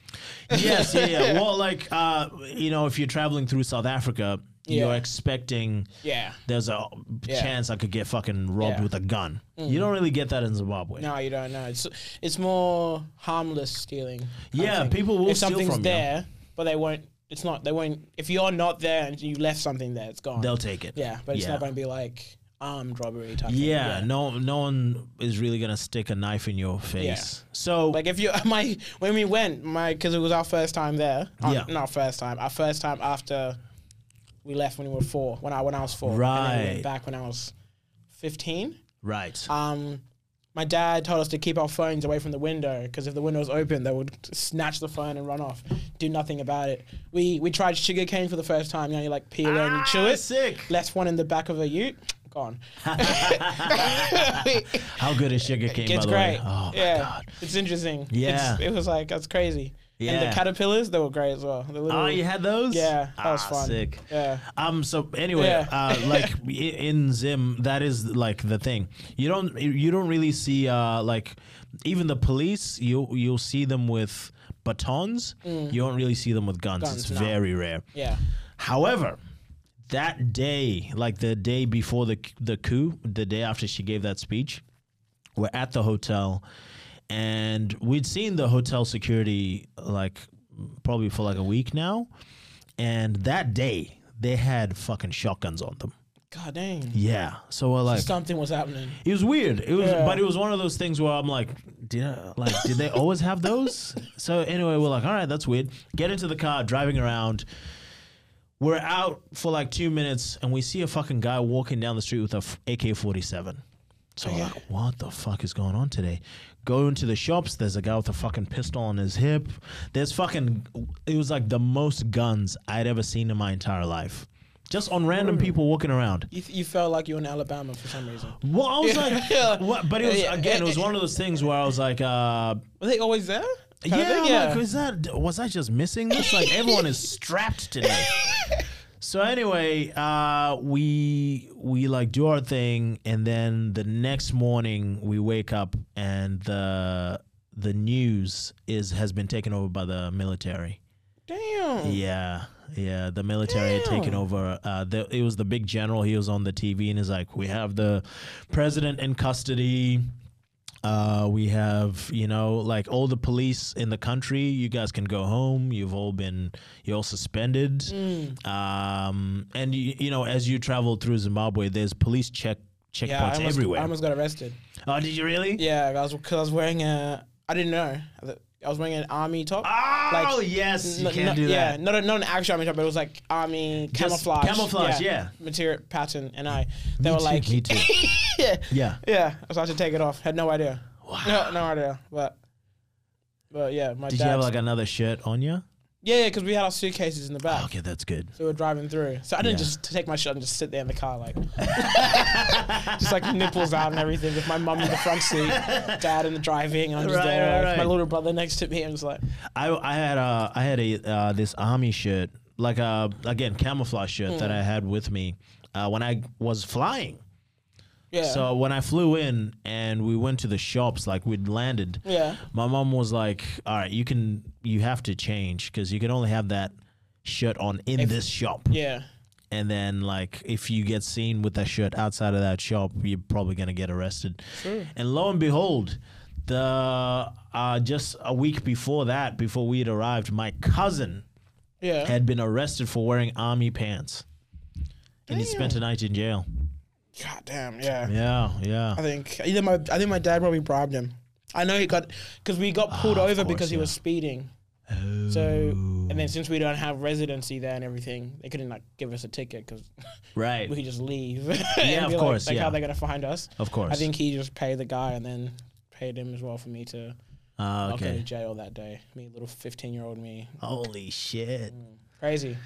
yes, yeah, yeah. Well, like uh, you know, if you're traveling through South Africa, you're Yeah. expecting Yeah. there's a Yeah. chance I could get fucking robbed Yeah. Mm. with a gun. You don't really get that in Zimbabwe. No, you don't know. It's it's more harmless stealing. yeah, people will if steal something's from there, but they won't. It's not. They won't. If you're not there and you left something there, it's gone. you. They'll take it. yeah, but it's yeah. not going to be like armed robbery type. thing. Yeah, no, no one is really gonna stick a knife in your face. So Like if you my when we went my because it was our first time there. Uh, Yeah. Not first time. Our first time after we left when we were four. When I when I was four. And then we Right. went back when I was fifteen. right, Um, my dad told us to keep our phones away from the window because if the window was open, they would snatch the phone and run off. Do nothing about it. We we tried sugar cane for the first time. You know, you like peel it and you chew Ah, it. sick. Left one in the back of a Ute. Gone. how good is sugar cane? It's by the great. way? Oh my yeah, god. it's interesting. Yeah. it's, it was like that's crazy. and Yeah. the caterpillars they were great as well. The little, Oh, you had those? Yeah, that was Ah, fun. Sick. Yeah. Um. So anyway, Yeah. uh, like i- in Zim, that is like the thing. You don't you don't really see uh like even the police. You you'll see them with batons. You don't really see them with guns. Mm. Guns, it's no. very rare. yeah, However, that day, like the day before the the coup, the day after she gave that speech, we're at the hotel, and we'd seen the hotel security like probably for like a week now, and that day they had fucking shotguns on them. god dang, Yeah, so we're like. something was happening. It was weird. It was, Yeah. but it was one of those things where I'm like, did I- like, did they always have those? So anyway, we're like, all right, that's weird. Get into the car, driving around. We're out for like two minutes, and we see a fucking guy walking down the street with a f- AK-47. So we're like, what the fuck is going on today? Go into the shops. There's a guy with a fucking pistol on his hip. There's fucking. It was like the most guns I'd ever seen in my entire life, just on random people walking around. You, th- you felt like you were in Alabama for some reason. Well, I was like, Yeah. what? But it was Yeah. again, it was one of those things where I was like, uh, Were they always there? Kind of yeah, thing? I'm like, is that was I just missing this? Like everyone is strapped today. So anyway, uh, we we like do our thing, and then the next morning we wake up and the the news is has been taken over by the military. Damn. Yeah, yeah. The military had taken over. Uh, the, it was the big general. He was on the TV and he's like, "We have the president in custody. Uh, we have, you know, like all the police in the country. You guys can go home. You've all been, you're all suspended. Mm. Um, and you, you know, as you travel through Zimbabwe, there's police check checkpoints Yeah, I almost, everywhere. I almost got arrested. oh, did you really? Yeah, I was because I was wearing a. I didn't know. I was wearing an army top. Oh, Like, yes, you N- can not- do yeah, that. not a, not an actual army top, but it was like army Just camouflage. camouflage, yeah. Material pattern, and I they Me were too, like, me too. yeah, yeah. yeah. I was about to take it off. Had no idea. No, no idea. But but yeah, my Did dad. you have like another shirt on you? yeah, yeah, because we had our suitcases in the back. Oh, Okay, that's good. So we were driving through. So I didn't Yeah. just take my shot and just sit there in the car like, just like nipples out and everything with my mum in the front seat, dad in the driving. I'm just Right, there, right, like, my right. little brother next to me. I'm just like, I I had a uh, Hmm. I had a uh, this army shirt like a again camouflage shirt that I had with me uh, when I was flying. Yeah. So when I flew in and we went to the shops, like we'd landed, Yeah. my mom was like, "All right, you can, you have to change because you can only have that shirt on in this shop." yeah. And then, like, if you get seen with that shirt outside of that shop, you're probably gonna get arrested. And lo and behold, the uh, just a week before that, before we had arrived, my cousin Yeah. had been arrested for wearing army pants, and he spent a night in jail. God damn. Yeah. Yeah, yeah. I think either my I think my dad probably bribed him. I know he got because we got pulled Ah, of over course, because he yeah. was speeding. So and then since we don't have residency there and everything, they couldn't like give us a ticket because Right. we could just leave. Yeah, of course, Like, yeah. how they gonna find us? Of course. I think he just paid the guy and then paid him as well for me to Ah, not go to okay. jail that day. Me, little fifteen-year-old me, Holy shit, crazy.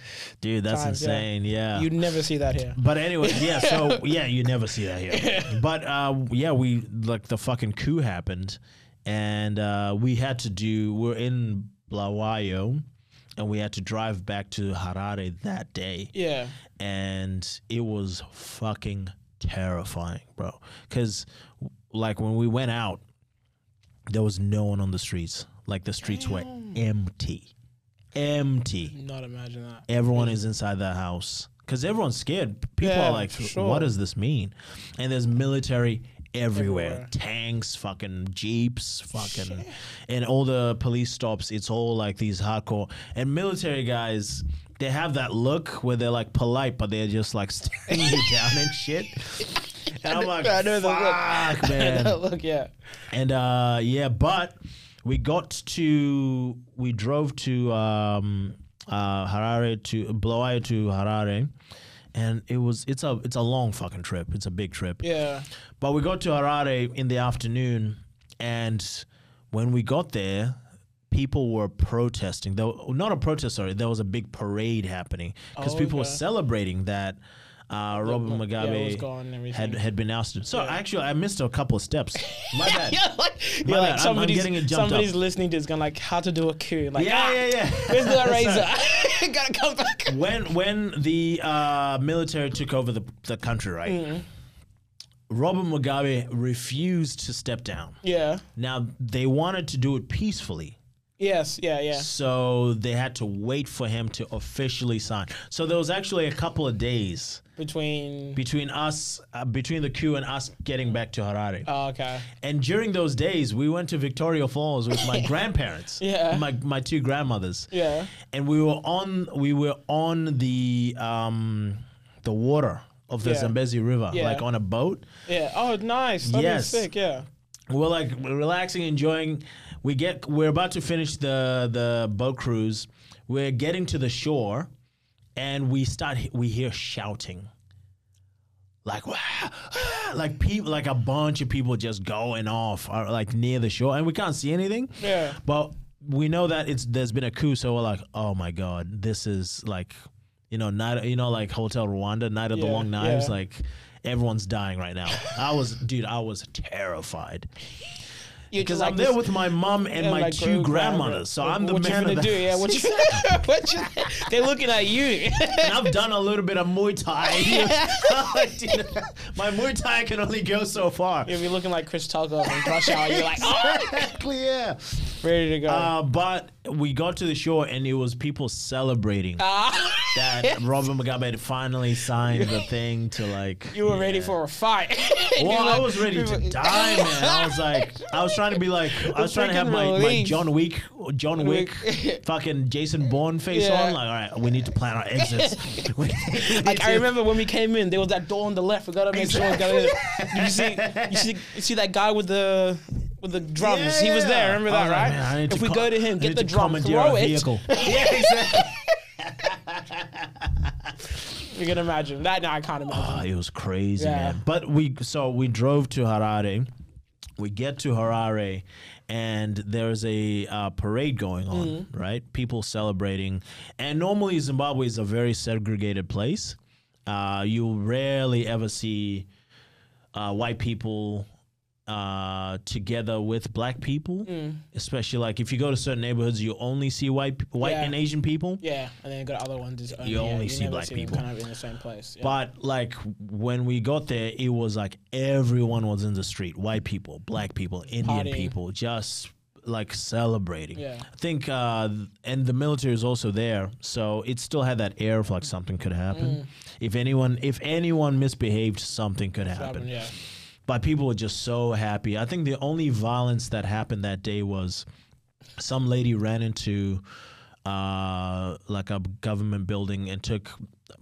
dude, that's Mm. Times, yeah. insane. Yeah. You'd never see that here. but anyway, yeah. So yeah, you never see that here. But uh, yeah, we like the fucking coup happened, and uh, we had to do. We're in Blawayo, and we had to drive back to Harare that day. Yeah, and it was fucking terrifying, bro. Because like when we went out, there was no one on the streets. Like the streets were empty, empty. not imagine that. Everyone is inside the house because everyone's scared. People Yeah, are like, for sure. "What does this mean?" And there's military. Everywhere. Everywhere. tanks, fucking jeeps, fucking, and all the police stops. It's all like these hardcore and military guys. They have that look where they're like polite, but they're just like staring you down and shit. And I'm like, I know the look. fuck, man. Look, yeah, And uh, yeah, but we got to we drove to um, uh, Harare to Bloai to Harare, and it was it's a it's a long fucking trip. It's a big trip. yeah, But we got to Harare in the afternoon, and when we got there, people were protesting. Though not a protest, sorry, there was a big parade happening because Oh, people were okay. celebrating that uh, Robert yeah, it Mugabe was gone and everything. had had been ousted. So actually, I missed a couple of steps. My bad. yeah, like, yeah, bad. like I'm- I'm somebody's, getting it jumped somebody's up. listening to this going like how to do a coup. Like Yeah, ah, yeah, yeah. Where's the Sorry. razor? Gotta come back. when when the uh, military took over the, the country, right? Robert Mugabe refused to step down. Yeah. Now they wanted to do it peacefully, Yes. Yeah. Yeah. so they had to wait for him to officially sign. So there was actually a couple of days Between. between us, uh, between the coup and us getting back to Harare. Oh, okay. And during those days, we went to Victoria Falls with my grandparents, Yeah. my my two grandmothers, Yeah. and we were on we were on the um the water of the Yeah. Zambezi River, Yeah. like on a boat. Yeah. Oh, nice. That'd Yes. be sick. Yeah. We're like relaxing, enjoying. We get we're about to finish the the boat cruise. We're getting to the shore, and we start we hear shouting. Like "Wah, ah," like people like a bunch of people just going off uh, like near the shore, and we can't see anything. Yeah. But we know that it's there's been a coup, so we're like, oh my god, this is like, you know, night, you know, like Hotel Rwanda, Night of the Yeah, Long Knives, yeah. like everyone's dying right now. I was, dude, I was terrified because I'm there with my mum and my two grandmothers, so I'm the what man you of gonna the do? Yeah. What you? what you? They're looking at you. and I've done a little bit of Muay Thai. Dude, my Muay Thai can only go so far. You'll be looking like Chris Tucker from Rush Hour. You're like, oh, Exactly, yeah. ready to go. Uh, but we got to the shore and it was people celebrating. Ah, that Robin Mugabe had finally signed the thing to like. you were ready for a fight. And Well, you're I like- was ready to die, man. I was like, I was trying to be like, I was trying to have my, my relief. John Wick, John Wick, fucking Jason Bourne face Yeah. on. Like, all right, we need to plan our exits. We need Like I to- remember when we came in, there was that door on the left. We gotta make sure. We gotta, Did you see, you see, you see that guy with the with the drums. he was Yeah. there. Remember I that, was like, right? man, I need if to we co- go to I him, need get the to drum, commandeer a throw it. vehicle. yeah, exactly. you can imagine that. No, I can't imagine. Ah, it was crazy, Yeah. man. But we so we drove to Harare. We get to Harare, and there's a uh, parade going on, Mm-hmm. right? People celebrating. And normally, Zimbabwe is a very segregated place. Uh, you rarely ever see uh, white people uh, together with black people, Mm. especially like if you go to certain neighborhoods, you only see white white Yeah. and Asian people. Yeah, and then you got other ones. Is only, You yeah, only see never black them people. kind of in the same place. Yeah. But like when we got there, it was like everyone was in the street: white people, black people, Indian Partying. people, just like celebrating. Yeah. I think, uh, th- and the military is also there, so it still had that air of like something could Mm. happen. If anyone, if anyone misbehaved, something could happen. yeah, But people were just so happy. I think the only violence that happened that day was some lady ran into uh, like a government building and took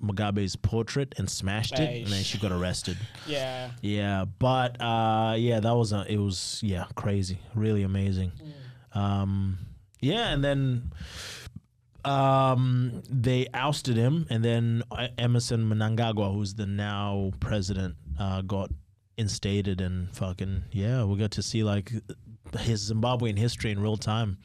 Mugabe's portrait and smashed it, and then she got arrested. yeah. Yeah, but uh, yeah, that was a, it was yeah crazy, really amazing. Mm. Um, yeah, and then um, they ousted him, and then uh, Emerson Mnangagwa, who's the now president, uh, got instated, and fucking yeah, we got to see like his Zimbabwean history in real time.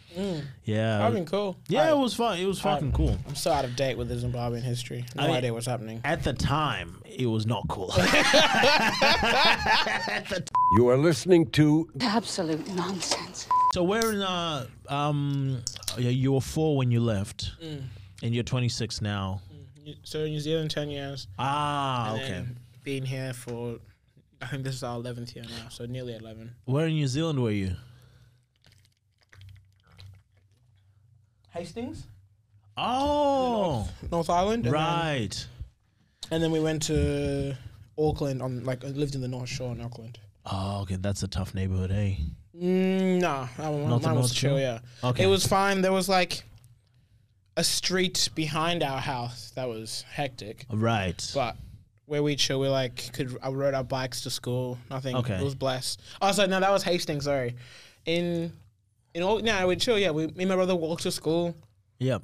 Yeah, Mm. I mean, cool. yeah, I, it was fun. It was fucking cool. I'm so out of date with the Zimbabwean history. No I mean- idea what's happening. At the time, it was not cool. You are listening to Absolute nonsense. So we're in uh um you- you were four when you left, Mm. and you're 26 now. So New Zealand, ten years. Ah, Mm. and okay. then Been here for, I think this is our eleventh year now, so nearly eleven. Where in New Zealand were you? Hastings, Oh, North Island, and right. Then, and then we went to Auckland on like I lived in the North Shore in Auckland. Oh, okay. That's a tough neighborhood, eh? Mm, nah, that one, Not the mine was North Shore? chill. Yeah, Okay. it was fine. There was like a street behind our house that was hectic, Right. but where we chill, we like could I rode our bikes to school. Nothing. Okay. It was blessed. Oh, sorry, no, that was Hastings. Sorry, in in all no, we chill. Yeah, we me and my brother walked to school. Yep.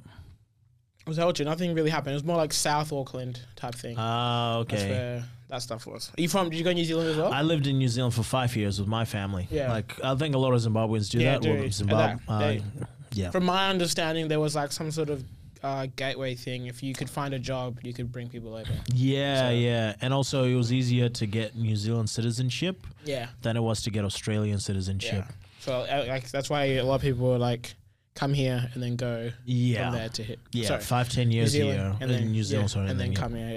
It was Elgin. Nothing really happened. It was more like South Auckland type thing. Ah, That's okay. where that stuff was. Are you from? Did you go to New Zealand as well? I lived in New Zealand for five years with my family. Yeah. Like I think a lot of Zimbabweans do Yeah, that. do Well, it. Zimbabwe. And that- uh, yeah. From my understanding, there was like some sort of uh, gateway thing. If you could find a job, you could bring people over. yeah, yeah. And also, it was easier to get New Zealand citizenship Yeah. than it was to get Australian citizenship. Yeah. So uh, like that's why a lot of people were like come here and then go Yeah. from there to hit. Yeah, sorry, five ten New years Zealand here in New Zealand, yeah, sorry, and then yeah. come here.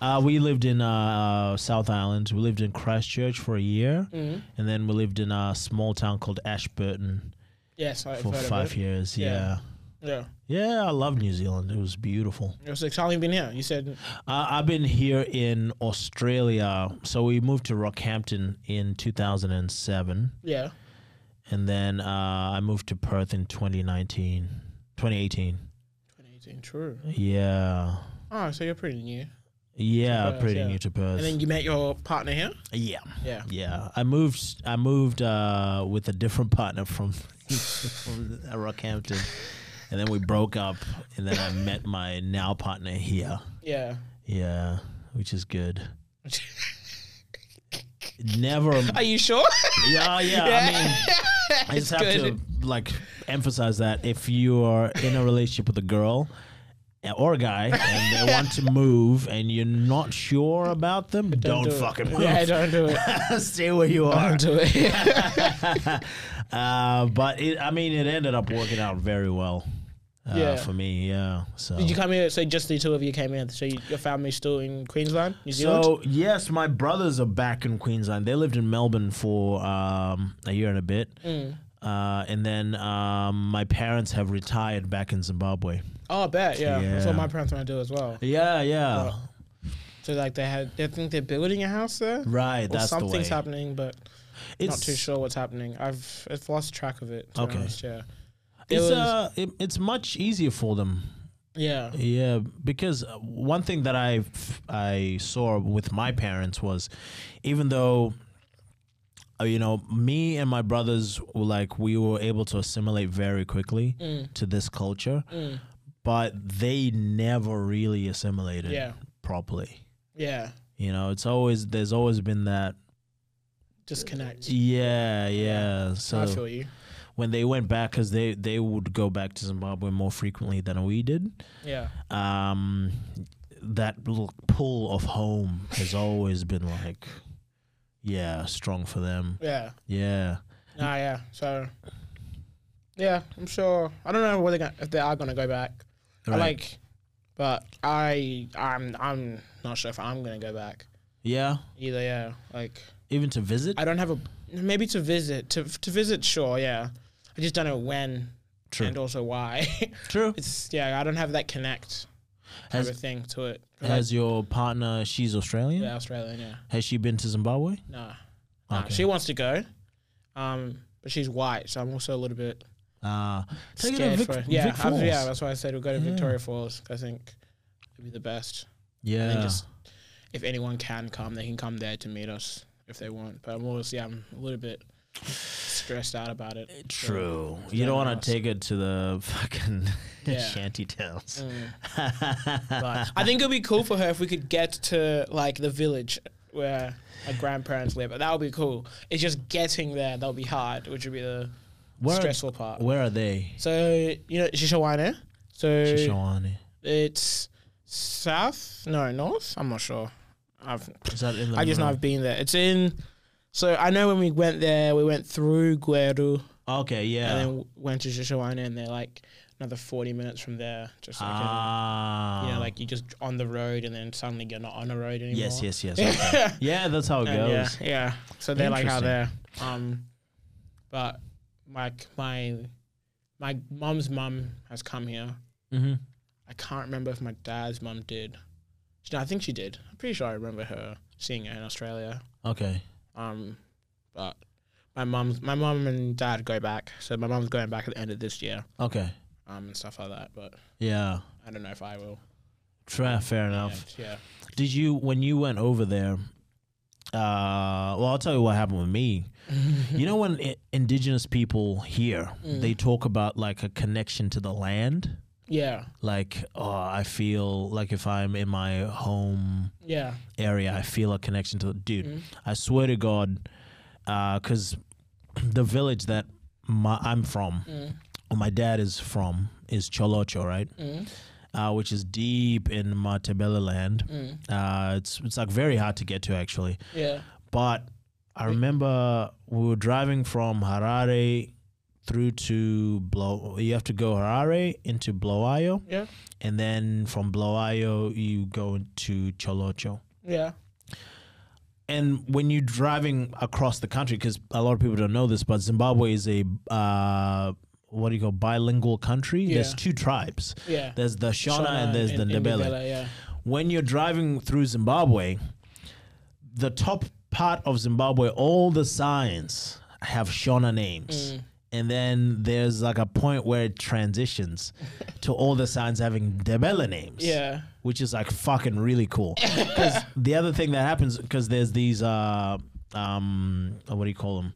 Yeah. Uh, we lived in uh, South Island. We lived in Christchurch for a year, Mm-hmm. and then we lived in a small town called Ashburton Yes, I've for heard of five it. years. Yeah. Yeah. Yeah. yeah, I love New Zealand. It was beautiful. It was like how long you been here? You said Uh, I've been here in Australia, so we moved to Rockhampton in 2007, yeah. and then uh, I moved to Perth in 2019, 2018. 2018. True. Yeah, Oh, so you're pretty new. yeah, Perth, pretty yeah. new to Perth. And then you met your partner here. yeah. Yeah. Yeah, I moved. I moved uh, with a different partner from, from Rockhampton, and then we broke up. And then I met my now partner here. Yeah. Yeah, which is good. Never. Are you sure? Yeah, yeah. I mean, I just have to like emphasize that if you are in a relationship with a girl eh, or a guy and they want to move and you're not sure about them, don't, do it. fucking move. yeah. Don't do it. Stay where you are. Don't do it. Uh, but it, I mean, it ended up working out very well uh, Yeah. for me. Yeah. So. Did you come here? So just the two of you came here. So you, your family's still in Queensland, New Zealand. so yes, my brothers are back in Queensland. They lived in Melbourne for um, a year and a bit, Mm. uh, and then um, my parents have retired back in Zimbabwe. oh, I bet. Yeah. that's what Yeah. my parents want to do as well. Yeah, yeah, So like they had, they think they're building a house there. right. Or that's the way. something's happening, but It's not too sure what's happening. I've I've lost track of it. to be Okay. honest, yeah. It It's was- uh, it, it's much easier for them yeah. Yeah, because uh, one thing that I I saw with my parents was, even though, uh, you know, me and my brothers were like we were able to assimilate very quickly Mm, to this culture, but they never really assimilated Yeah. properly. Yeah. You know, it's always there's always been that. Disconnect. Yeah, yeah. So I feel you. when they went back, because they they would go back to Zimbabwe more frequently than we did Yeah. um, that little pull of home has always been like, yeah, strong for them. Yeah. Yeah. Nah, yeah. So, yeah, I'm sure. I don't know whether they're gonna, if they are gonna go back. I Right. like, but I, I'm, I'm not sure if I'm gonna go back Yeah. either. Yeah, like Even to visit. I don't have a maybe to visit to to visit. Sure, yeah. I just don't know when True. and also why. True. it's yeah. I don't have that connect kind Has- of thing to it. Has your partner? She's Australian. yeah, Australian. Yeah, Has she been to Zimbabwe? nah. Nah, Okay. She wants to go, um, but she's white, so I'm also a little bit Uh, take it to scared Vic, for yeah, Vic I was- yeah. Falls. That's why I said we'll go to Victoria Falls. 'cause I think it'd be the best. And Yeah. then just if anyone can come, they can come there to meet us if they want. But I'm always yeah, I'm a little bit stressed out about it. So, True. it's not You don't want nice. to take it to the fucking Yeah. Uh, shanty towns. But I think it'd be cool for her if we could get to like the village where my grandparents live. That would be cool. It's just getting there that would be hard, which would be the Where stressful part. Where are they? So you know Shishawane. So Shishawani. it's south, no north. I'm not sure. I've Is that in the I just know I've been there. It's in. So I know when we went there, we went through Gueru Okay, yeah. and then w- went to Shishawana, and they're like another forty minutes from there. Just like a, ah. you know, like you just on the road, and then suddenly you're not on a road anymore. Yes, yes, yes. okay. yeah, that's how it And yeah, goes. yeah. So they're like out there. Interesting. Um, but my my my mom's mum has come here. hmm I can't remember if my dad's mum did. She- No, I think she did. I'm pretty sure I remember her seeing her in Australia. Okay. Um, but my mom's my mom and dad go back, so my mom's going back at the end of this year, Okay. um, and stuff like that. But Yeah. I don't know if I will. Tra- fair Yeah, enough. yeah. Did you when you went over there? Uh, well, I'll tell you what happened with me. you know when I- indigenous people here, Mm. they talk about like a connection to the land. yeah, Like, oh, I feel like if I'm in my home yeah, area, I feel a connection to it. Dude, I swear to God, because the village that my, I'm from, or my dad is from, is Cholocho, right? Uh, which is deep in Matabele land. Uh, it's, it's like very hard to get to, actually. yeah, But I remember we were driving from Harare through to Blow. You have to go Harare into Bloayo, yeah, and then from Bloayo, you go into Cholocho yeah, and when you're driving across the country, because a lot of people don't know this, but Zimbabwe is a uh, what do you call bilingual country? There's Yeah. two tribes. Yeah. There's the Shona, and there's in- the in Ndebele. yeah, When you're driving through Zimbabwe, the top part of Zimbabwe, all the signs have Shona names. Mm. And then there's like a point where it transitions to all the signs having Ndebele names yeah, which is like fucking really cool. 'Cause the other thing that happens because there's these uh um uh, what do you call them?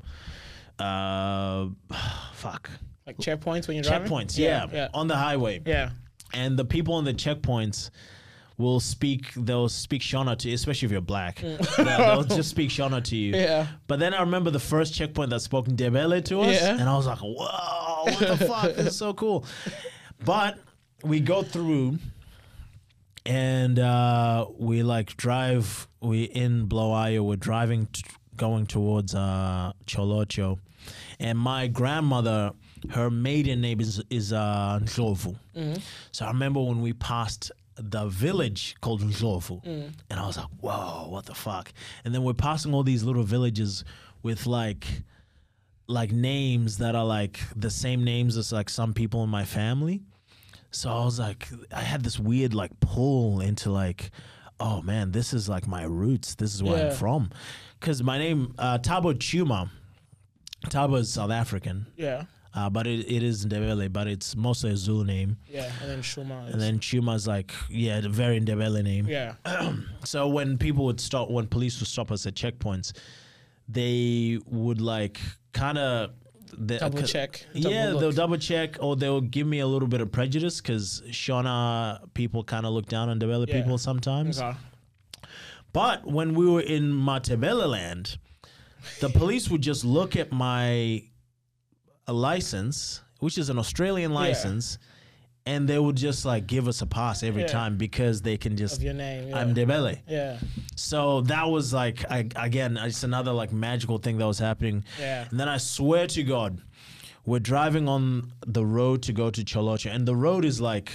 Uh, fuck like checkpoints when you're driving. checkpoints. Yeah, yeah, on the highway, yeah, and the people on the checkpoints will speak. They'll speak Shona to, you, especially if you're black. they'll, they'll just speak Shona to you. Yeah. But then I remember the first checkpoint that spoke Ndebele to us, Yeah. and I was like, "Whoa, what the fuck? This is so cool." But we go through, and uh, we like drive. We in Bloayo. We're driving, t- going towards uh, Cholocho, and my grandmother, her maiden name is is uh, Ndlovu. So I remember when we passed the village called Ndlovu, and I was like, "Whoa, what the fuck!" And then we're passing all these little villages with like like names that are like the same names as like some people in my family. So I was like, I had this weird like pull into like, oh man, this is like my roots. This is where Yeah. I'm from. Because my name, uh, Tabo Chuma, Tabo is South African, yeah, uh, but it, it is Ndebele, but it's mostly a Zulu name. yeah, and then Shuma. And then Chuma's like, yeah, a very Ndebele name. yeah, So when people would stop, when police would stop us at checkpoints, they would like kind of Double check, double yeah, they'll look. double check, or they'll give me a little bit of prejudice because Shona people kind of look down on Ndebele Yeah. people sometimes. okay. But when we were in Matabele land, the police would just look at my uh, license, which is an Australian license, and they would just like give us a pass every Yeah. time because they can just of your name. Yeah. I'm Debele. yeah. So that was like I, again, it's another like magical thing that was happening. Yeah. And then I swear to God, we're driving on the road to go to Cholocha, and the road is like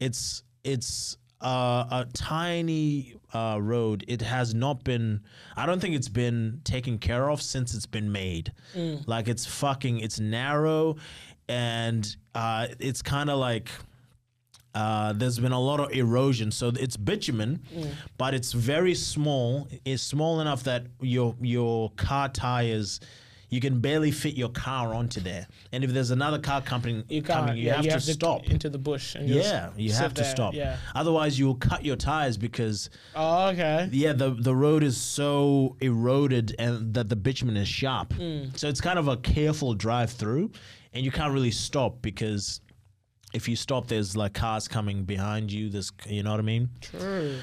it's it's uh, a tiny uh, road. It has not been. I don't think it's been taken care of since it's been made. Like it's fucking. It's narrow, and uh, it's kind of like uh, there's been a lot of erosion, so it's bitumen, but it's very small. It's small enough that your your car tires, you can barely fit your car onto there. And if there's another car coming, You can't. coming, you, yeah, have, you to have to stop. into the bush. And just yeah, you sit have to there, stop. Yeah. Otherwise, you'll cut your tires because Oh, okay. yeah, the the road is so eroded and that the bitumen is sharp. So it's kind of a careful drive through, and you can't really stop because if you stop, there's like cars coming behind you. This, you know what I mean. True.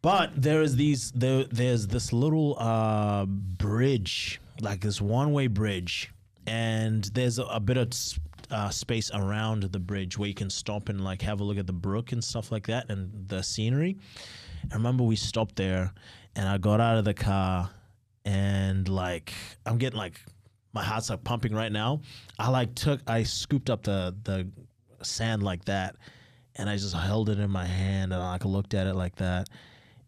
But there is these there, there's this little uh, bridge, like this one way bridge, and there's a, a bit of s- uh, space around the bridge where you can stop and like have a look at the brook and stuff like that and the scenery. I remember we stopped there, and I got out of the car, and like I'm getting like my heart's like pumping right now. I like took I scooped up the the sand like that, and I just held it in my hand and I like looked at it like that,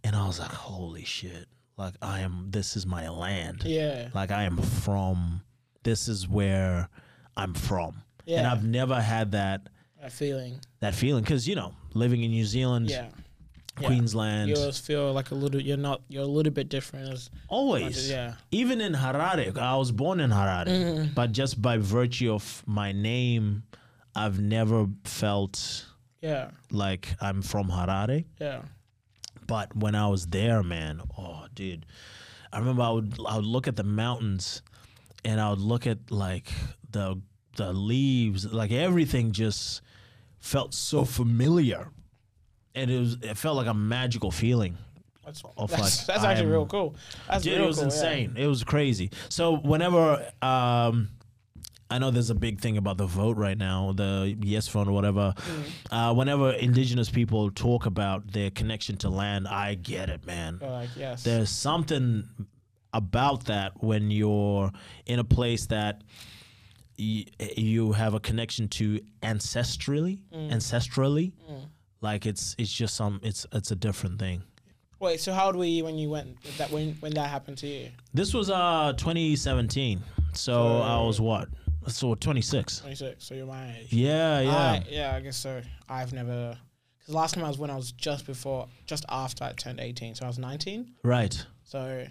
and I was like, holy shit! Like I am. This is my land. Yeah. Like I am from. This is where I'm from. And Yeah. I've never had that That feeling. that feeling because you know living in New Zealand, Yeah. Yeah. Queensland, You always feel like a little. You're not. You're a little bit different. As, Always. Yeah. Mm-hmm. Even in Harare, I was born in Harare, but just by virtue of my name, I've never felt yeah. like I'm from Harare. Yeah. But when I was there, man, oh, dude, I remember I would I would look at the mountains, and I would look at like the the leaves, like everything just felt so familiar, and it was it felt like a magical feeling. That's, Of, that's, like, that's actually I'm- real cool. That's Dude, real it was cool, yeah. insane. It was crazy. So whenever um I know there's a big thing about the vote right now, the yes vote or whatever. Mm. Uh, whenever indigenous people talk about their connection to land, I get it, man. You're like yes. There's something about that when you're in a place that y- you have a connection to ancestrally, Mm. ancestrally. Like it's it's just some it's it's a different thing. Wait. So how old were you when you went? That when when that happened to you? This was uh 2017. So I was what? So 26. 26. So you're my age. Yeah, yeah. I, yeah, I guess so. I've never. Because last time I was when I was just before, just after I turned 18. So I was 19. right. So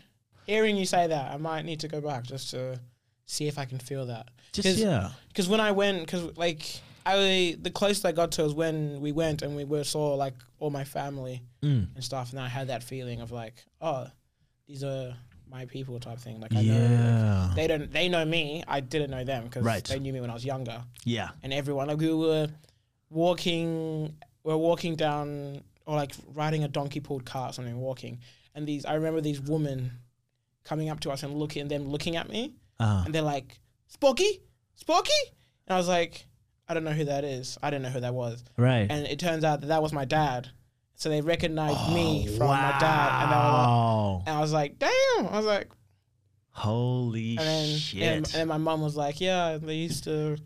hearing you say that, I might need to go back just to see if I can feel that. Just yeah. Because when I went, because like, I the closest I got to was when we went and we were saw like all my family Mm. and stuff. And I had that feeling of like, oh, these are my people type thing. Like, I know. like, Yeah. they don't. They know me. I didn't know them because Right. they knew me when I was younger Yeah. and everyone like we were walking we are walking down or like riding a donkey pulled cart or something walking and these i remember these women coming up to us and looking them looking at me Uh, and they're like sporky sporky and i was like i don't know who that is i don't know who that was right. and it turns out that that was my dad so they recognized me from my dad and, they were like, Oh, Wow. and i was like damn i was like Holy and then shit. and, and then my mum was like, "Yeah, they used to,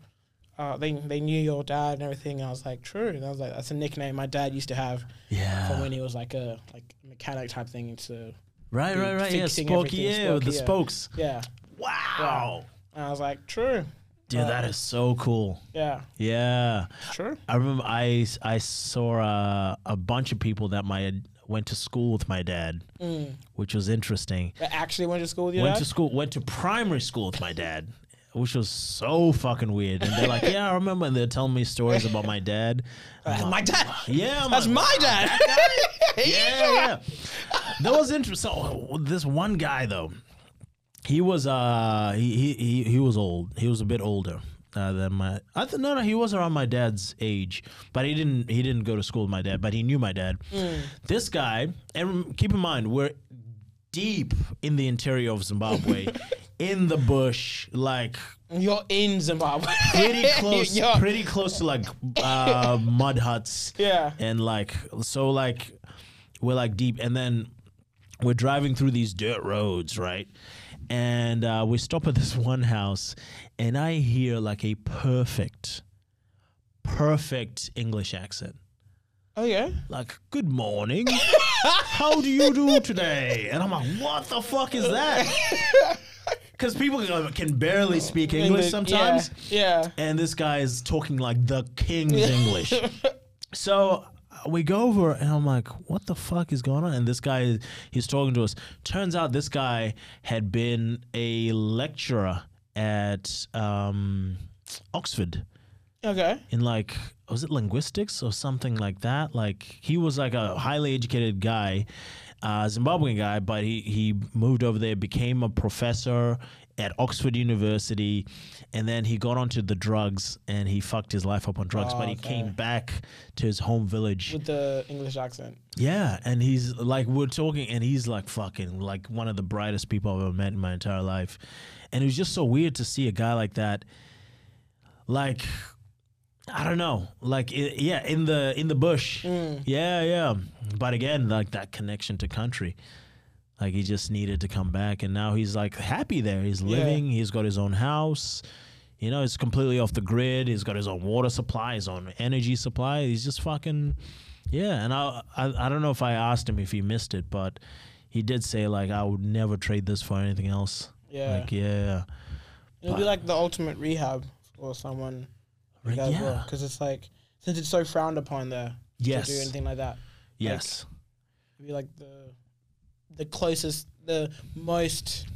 uh, they they knew your dad and everything." And I was like, "True," and I was like, "That's a nickname my dad used to have from yeah. when he was like a like mechanic type thing." Into Right, right, right. Yeah, fixing Spoky, everything, yeah, with the Spoky, yeah. spokes. yeah, Wow. and I was like, "True, Dude, that is so cool. yeah, Yeah. true, I remember I, I saw a, a bunch of people that my went to school with my dad, Mm. which was interesting. They actually went to school with your Went dad." to school, went to primary school with my dad, which was so fucking weird. And they're like, "Yeah, I remember." And they're telling me stories about my dad. I'm Uh, like, my dad. yeah, I'm That's like, my dad. Yeah, yeah. That was interesting. So this one guy though, he was uh he he he, he was old. He was a bit older. Uh, than my, I th- no, no, he was around my dad's age, but he didn't. He didn't go to school with my dad, but he knew my dad. This guy, and rem- keep in mind, we're deep in the interior of Zimbabwe, in the bush, like You're in Zimbabwe. pretty close, You're- pretty close to like uh, mud huts. Yeah. and like so, like we're like deep, and then we're driving through these dirt roads, right? And uh, we stop at this one house, and I hear like a perfect, perfect English accent Oh yeah. like, good morning. How do you do today? And I'm like, what the fuck is that? Because people can- can barely speak English Yeah, sometimes. Yeah. And this guy is talking like the king's English. So uh, we go over and I'm like, what the fuck is going on? And this guy, he's talking to us. Turns out this guy had been a lecturer at um, Oxford Okay. in like was it linguistics or something like that like he was like a highly educated guy uh, zimbabwean guy but he, he moved over there became a professor at oxford university and then he got onto the drugs and he fucked his life up on drugs but he came back to his home village With the English accent. yeah, and he's like we're talking, and he's like fucking like one of the brightest people I've ever met in my entire life, and it was just so weird to see a guy like that, like I don't know, like i yeah, in the in the bush, yeah, yeah. But again, like that connection to country, like he just needed to come back, and now he's like happy there. He's living. He's got his own house. You know, it's completely off the grid. He's got his own water supply, his own energy supply. He's just fucking, yeah. And I, I, I don't know if I asked him if he missed it, but he did say like, I would never trade this for anything else. Yeah. Like, yeah, It'll be like the ultimate rehab for someone. Right, Because yeah. it's like since it's so frowned upon there yes, to do anything like that. yes, It'd be like the the closest, the most.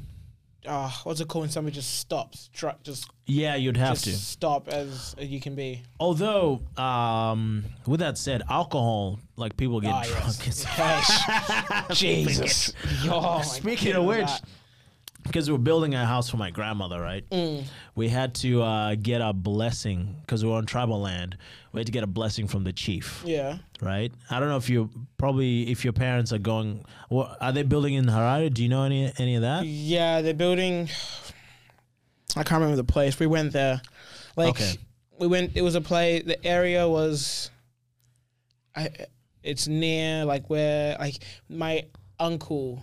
Uh, what's it called when somebody just stops? Tr- just yeah. You'd have just to. stop as you can be. Although, um, with that said, alcohol, like people get Ah, drunk. yes. it's- Jesus. Yo, my Speaking of goodness, which, that- because we're building a house for my grandmother, right? Mm. We had to uh, get a blessing because we were on tribal land. We had to get a blessing from the chief, yeah. right? I don't know if you probably if your parents are going. What are they building in Harare? Do you know any any of that? Yeah, they're building. I can't remember the place. We went there. Like, Okay. we went. It was a play. The area was. I. It's near like where like my uncle.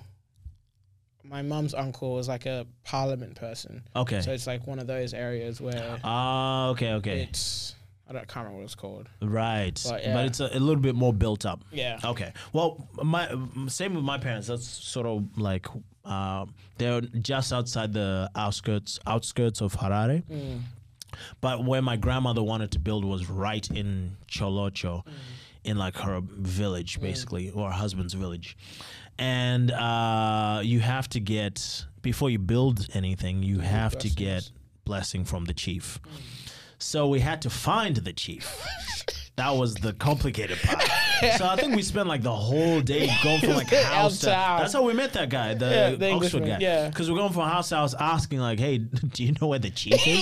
My mum's uncle was like a parliament person, Okay. so it's like one of those areas where Ah, okay, okay, it's. I don't I can't remember what it's called. right. But, But, yeah. it's a, a little bit more built up. Yeah. Okay. Well, my same with my parents. That's sort of like uh, they're just outside the outskirts outskirts of Harare. But where my grandmother wanted to build was right in Cholocho, in like her village basically, or her husband's village. And uh, you have to get before you build anything, you have to get blessing from the chief. So we had to find the chief. That was the complicated part. so I think we spent like the whole day going from like house to Outside. That's how we met that guy, the, Yeah, the Englishman, Oxford guy. yeah. Because we're going from house to house asking like, hey, do you know where the chief is?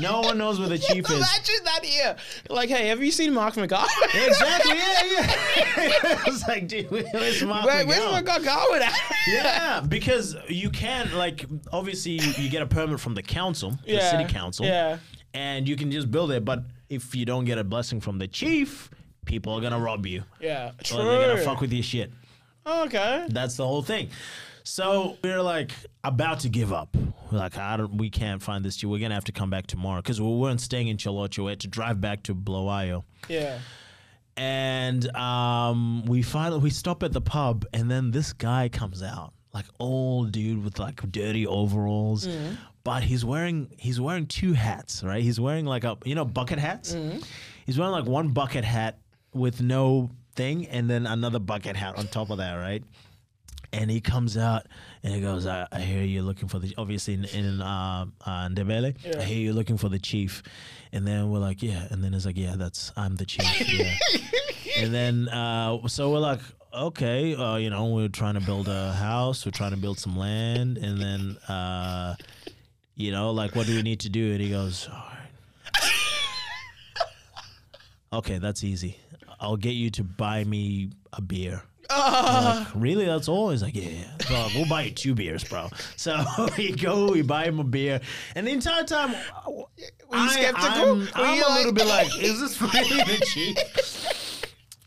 no one knows where the chief is. Imagine that here. Like, hey, have you seen Mark McGowan? Exactly. Yeah, yeah. I was like, dude, where's Mark Where, where's McGowan? Mark McGowan at? Yeah, because you can like obviously you get a permit from the council, the city council, Yeah. and you can just build it. But if you don't get a blessing from the chief, people are gonna rob you. Yeah. True. Oh, Or they're gonna fuck with your shit. okay. That's the whole thing. So we're like about to give up. We're like, I don't, we can't find this. We're gonna have to come back tomorrow because we weren't staying in Chilocho. We had to drive back to Bloayo Yeah. and um, we finally we stop at the pub, and then this guy comes out, like old dude with like dirty overalls, but he's wearing he's wearing two hats, right? He's wearing like a you know bucket hats. He's wearing like one bucket hat with no thing, and then another bucket hat on top of that, right? And he comes out and he goes, I, I hear you're looking for the, obviously in, in uh, uh, Ndebele, I hear you're looking for the chief. And then we're like, yeah. And then it's like, yeah, that's, I'm the chief. Yeah. and then, uh, so we're like, okay, uh, you know, we're trying to build a house, we're trying to build some land. And then, uh, you know, like, what do we need to do? And he goes, all right. Okay, that's easy. I'll get you to buy me a beer. Ah. Like, really? That's all? He's like, yeah. yeah." So like, we'll buy you two beers, bro. So we go, we buy him a beer, and the entire time, I, skeptical? I'm, Were I'm you a little like- bit like, is this really the chief?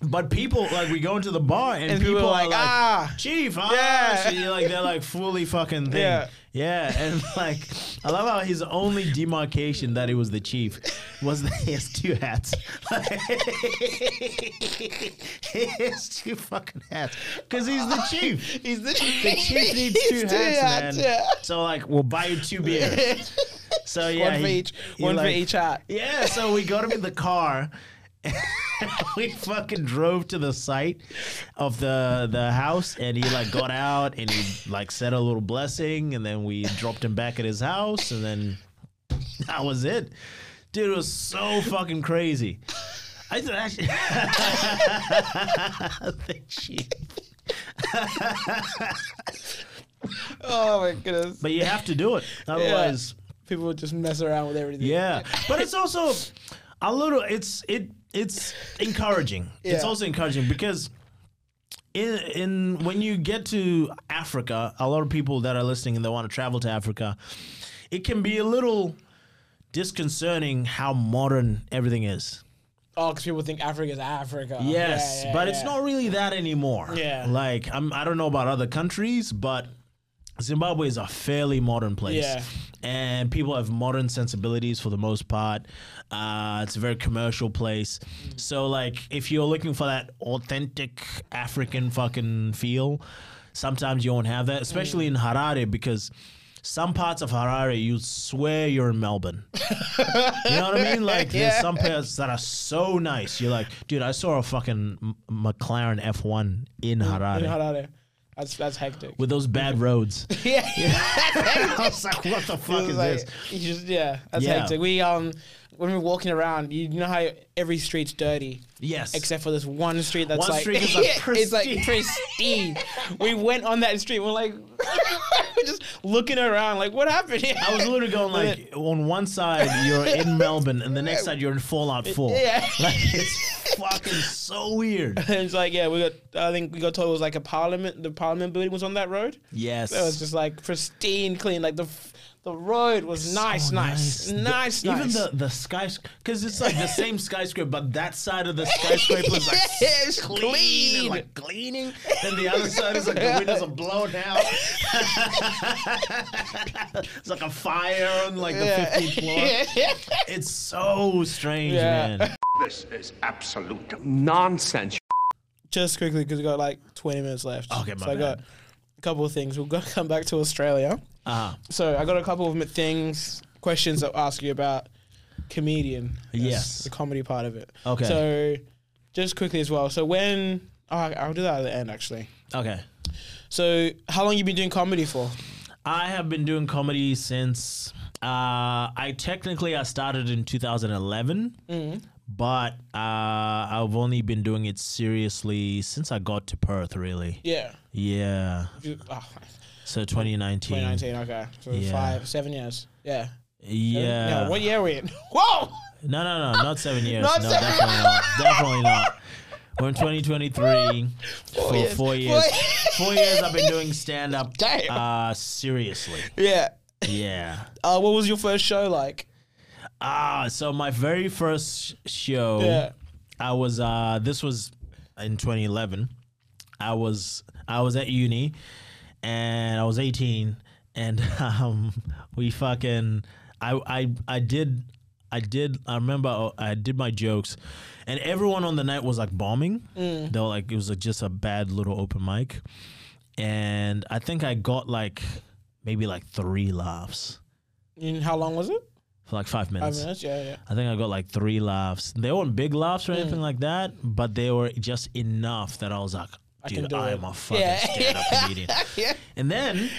But people like we go into the bar and, And people, people are like, like, "Ah." chief, ah. Yeah. So you're like they're like fully fucking thing. Yeah. Yeah. and like I love how his only demarcation that he was the chief was that he has two hats. he has two fucking hats because he's the chief. He's the, The chief needs two hats, man. So like, we'll buy you two beers. So yeah, one for he- each, he, one for like- each hat. yeah, so we got him in the car. we fucking drove to the site of the the house and he like got out and he like said a little blessing and then we dropped him back at his house and then that was it. Dude, it was so fucking crazy. I th- actually the chief. Oh my goodness! But you have to do it. Otherwise People would just mess around with everything. Yeah, but it's also a little. It's it it's encouraging. It's Yeah. also encouraging because in in when you get to Africa, a lot of people that are listening and they want to travel to Africa, it can be a little disconcerting how modern everything is. Oh, because people think Africa's Africa. Yes, Yeah, yeah, but yeah. it's not really that anymore. Yeah. Like I'm I don't know about other countries, but Zimbabwe is a fairly modern place. Yeah. And people have modern sensibilities for the most part. Uh, it's a very commercial place. Mm. So like if you're looking for that authentic African fucking feel, sometimes you won't have that, especially Mm. in Harare because some parts of Harare, you swear you're in Melbourne. You know what I mean? Like there's some pairs that are so nice. You're like, dude, I saw a fucking M- McLaren F1 in Harare You know how that is. That's that's hectic. with those bad roads. yeah. I was like, what the fuck It's is like- this? you just- yeah, that's Yeah. hectic. We um when we're walking around, you know how every street's dirty. Yes. Except for this one street that's One like, street is, like, it's like pristine. pristine. we went on that street. We're like, we're just looking around, like, what happened here? I was literally going like, on one side you're in Melbourne, and the next side you're in Fallout 4. Yeah. Like it's fucking so weird. And it's like, yeah, we got. I think we got told it was like a parliament. The parliament building was on that road. Yes. It was just like pristine, clean. Like the f- the road was nice, So nice, nice, nice. The- Even the the skyscraper, because it's like the same skyscraper, but that side of the skyscraper is like Yeah, it's clean, and clean. like cleaning, and the other side is like the windows are blown out. it's like a fire on like Yeah. the 15th floor. It's so strange, Yeah. man. This is absolute nonsense. just quickly because we got like 20 minutes left. Okay, my so I got bad. a couple of things. We're gonna come back to Australia. Uh, So I got a couple of m- things, questions I'll ask you about comedian. That's Yes. the comedy part of it. Okay. So just quickly as well. So when oh, I- I'll do that at the end actually. okay. So how long you been doing comedy for? I have been doing comedy since uh, I technically I started in 2011, but uh, I've only been doing it seriously since I got to Perth. Really, Yeah. yeah. You- oh, So 2019. 2019. Okay. So Yeah. five, seven years. Yeah. Yeah. No, what year are we in? Whoa. No, no, no, not seven years. Not no, seven definitely not. Definitely not. We're in 2023 for years. four years. Four years I've been doing stand up Damn. uh, seriously. Yeah. Yeah. Uh, what was your first show like? Ah, so my very first show, Yeah. I was. Uh, this was in 2011. I was I was at uni, and I was 18, and um, we fucking. I I I did. I did. I remember oh, I did my jokes, and everyone on the night was like bombing. They were like, it was like just a bad little open mic, and I think I got like maybe like three laughs And how long was it? for like five Five minutes. minutes. Yeah. Yeah. I think I got like three laughs. They weren't big laughs Hmm. or anything like that, but they were just enough that I was like, can dude, do I it." am a fucking Yeah. stand-up comedian. Yeah. And then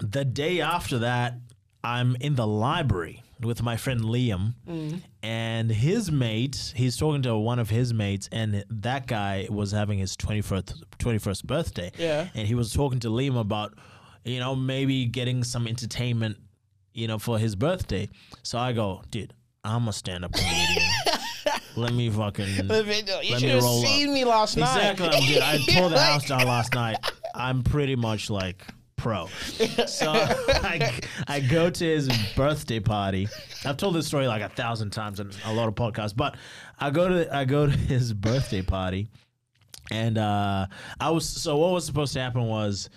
the day after that, I'm in the library with my friend Liam Hmm. and his mate. He's talking to one of his mates, and that guy was having his 21st, 21st birthday. Yeah. And he was talking to Liam about, you know, maybe getting some entertainment, you know, for his birthday. So I go, dude, I'm a stand up comedian. Let me fucking. The video. You Let should me have roll up. seen me last Exactly. night. I'm good. I tore the Like- house down last night. I'm pretty much like pro. So I, I go to his birthday party. I've told this story like a thousand times in a lot of podcasts, but I go to I go to his birthday party, and uh, I was so what was supposed to happen was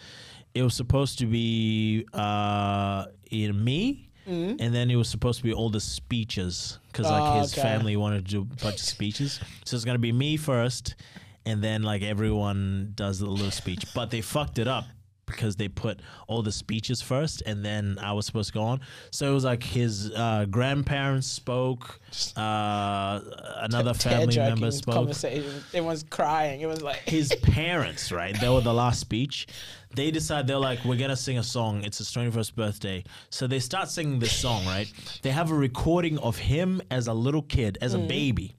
it was supposed to be uh, in me. And then it was supposed to be all the speeches because like Mm-hmm. Oh, his okay. family wanted to do a bunch of speeches. So it's gonna be me first, and then like everyone does a little speech. But they fucked it up because they put all the speeches first, and then I was supposed to go on. So it was like his uh, grandparents spoke, uh, another family member Tear-jerking spoke Conversation. Everyone's crying. It was like his parents, right? They were the last speech. They decide they're like, we're gonna sing a song. It's his twenty first birthday. So they start singing this song, right? They have a recording of him as a little kid, as a baby.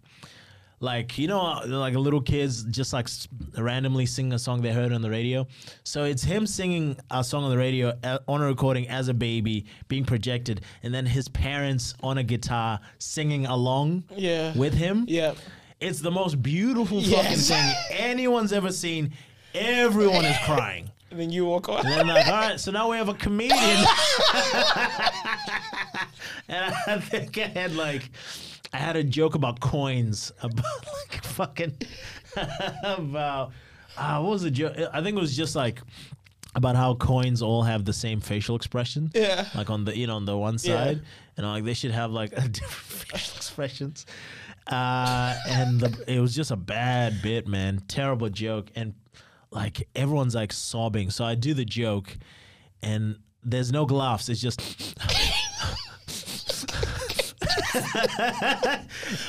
Like you know, like little kids just like s- randomly sing a song they heard on the radio. So it's him singing a song on the radio uh, on a recording as a baby, being projected, and then his parents on a guitar singing along Yeah. with him. yeah. It's the most beautiful Yes. fucking thing anyone's ever seen. Everyone is crying. And then you walk away. And I'm like, all right, so now we have a comedian. and I think I had like, I had a joke about coins, about like fucking, about, uh, what was the joke? I think it was just like, about how coins all have the same facial expression. Yeah. Like on the you know on the one Yeah. side, and I'm like they should have like different facial expressions. Uh, and the, it was just a bad bit, man. Terrible joke, and like everyone's like sobbing. So I do the joke, and there's no laughs. It's just.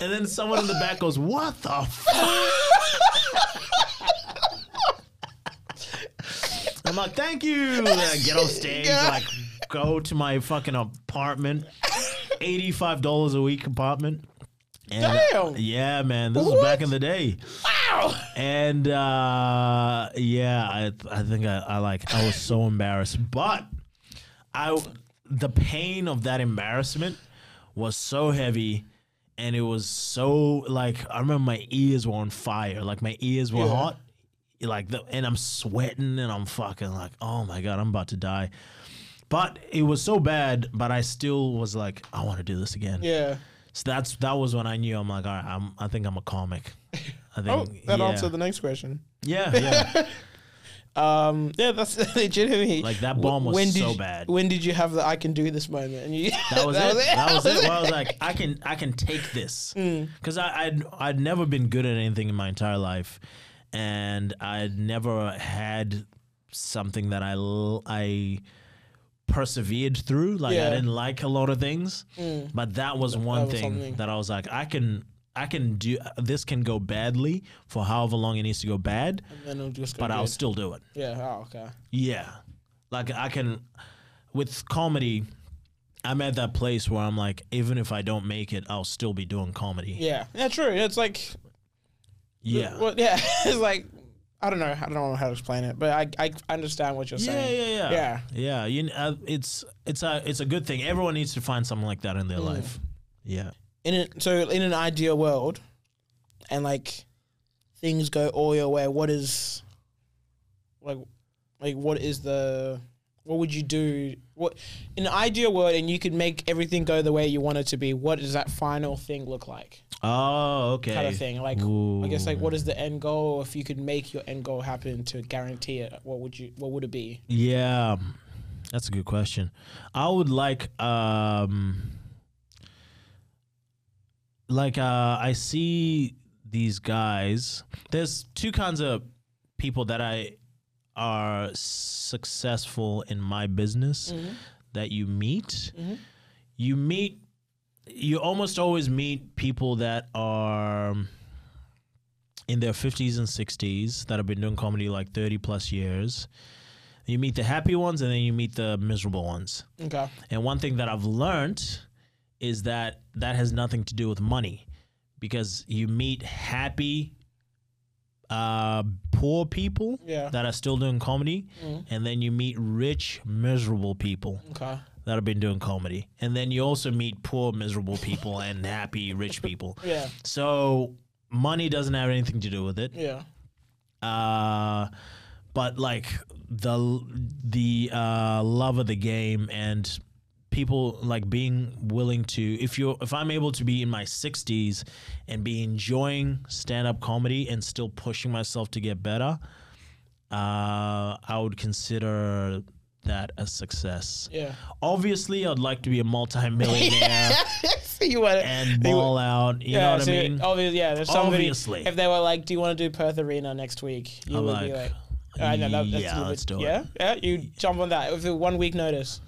and then someone in the back goes, "What the fuck?" I'm like, "Thank you." And I get off stage, like, go to my fucking apartment, eighty-five dollars a week apartment. And, uh, Damn. Yeah, man, this was back in the day. Ow! And uh, yeah, I I think I, I like I was so embarrassed, but I the pain of that embarrassment was so heavy, and it was so like I remember my ears were on fire, like my ears were hot, like the, and I'm sweating and I'm fucking like oh my god I'm about to die, but it was so bad, but I still was like I want to do this again. Yeah. So that's that was when I knew I'm like all right I'm I think I'm a comic. I think Oh, that yeah. answered the next question. Yeah, yeah. Um, yeah, that's legitimately Like, that bomb was did so you- bad. When did you have the I can do this moment? And you That was it. That was it. Where I was like, I can, I can take this because I, I'd, I'd never been good at anything in my entire life, and I'd never had something that I, l- I persevered through. Like Yeah. I didn't like a lot of things, but that was one was thing something. that I was like, I can. I can do this. Can go badly for however long it needs to go bad, And it'll just go but I'll good. still do it. Yeah. Oh, okay. Yeah. Like I can with comedy I'm at that place where I'm like even if I don't make it I'll still be doing comedy. Yeah. Yeah. True. It's like Yeah. Well, yeah, it's like I don't know. I don't know how to explain it, but I I understand what you're Yeah, saying. yeah, yeah. Yeah. Yeah, you kn- uh, it's it's a it's a good thing. Everyone needs to find something like that in Mm. their life. Yeah. In a, so in an ideal world, and like things go all your way, what is like like what is the what would you do? What in an ideal world, and you could make everything go the way you want it to be. What does that final thing look like? Oh, okay. Kind of thing. Like I guess like what is the end goal? If you could make your end goal happen to guarantee it, what would you? What would it be? Yeah, that's a good question. I would like, um, like uh, I see these guys. There's two kinds of people that I are successful in my business that you meet. You meet. You almost always meet people that are in their 50s and 60s that have been doing comedy like 30 plus years. You meet the happy ones and then you meet the miserable ones. Okay. And one thing that I've learned is that that has nothing to do with money because you meet happy uh, poor people Yeah. Mm-hmm. that are still doing comedy and then you meet rich miserable people Okay. that have been doing comedy, and then you also meet poor, miserable people and happy, rich people. Yeah. So money doesn't have anything to do with it. Yeah. Uh, but like the the uh, love of the game and people like being willing to if you if I'm able to be in my 60s and be enjoying stand up comedy and still pushing myself to get better, uh, I would consider that a success. Yeah. Obviously, I'd like to be a multi-millionaire so you want and ball out. You know what I so mean? Obviously, yeah. There's somebody, Obviously. if they were like, "Do you want to do Perth Arena next week?" You I'm would like, be like, "All right, no, that, that's a yeah, little let's bit- do it. Yeah, yeah. You jump on that with a one week notice,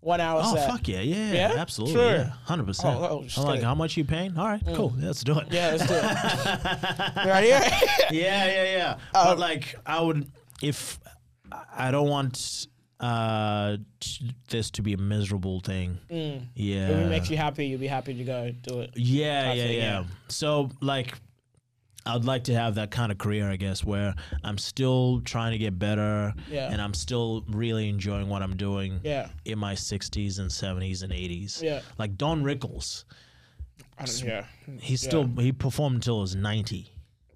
one hour Oh set. fuck yeah, yeah, Yeah? absolutely, Sure. yeah, hundred percent. Oh, oh, I'm just like, kidding. how much you paying? All right, cool, yeah, let's do it. Yeah, let's do it. We right here. yeah, yeah, yeah. Um, but like, I would if I don't want uh t- this to be a miserable thing. Yeah, if Mm. it makes you happy, you'll be happy to go do it. Yeah, yeah, thing, yeah, yeah. So like I'd like to have that kind of career, I guess, where I'm still trying to get better Yeah. and I'm still really enjoying what I'm doing Yeah. in my 60s and 70s and 80s. Yeah. Like Don Rickles, I don't, yeah. he still he performed until he was 90.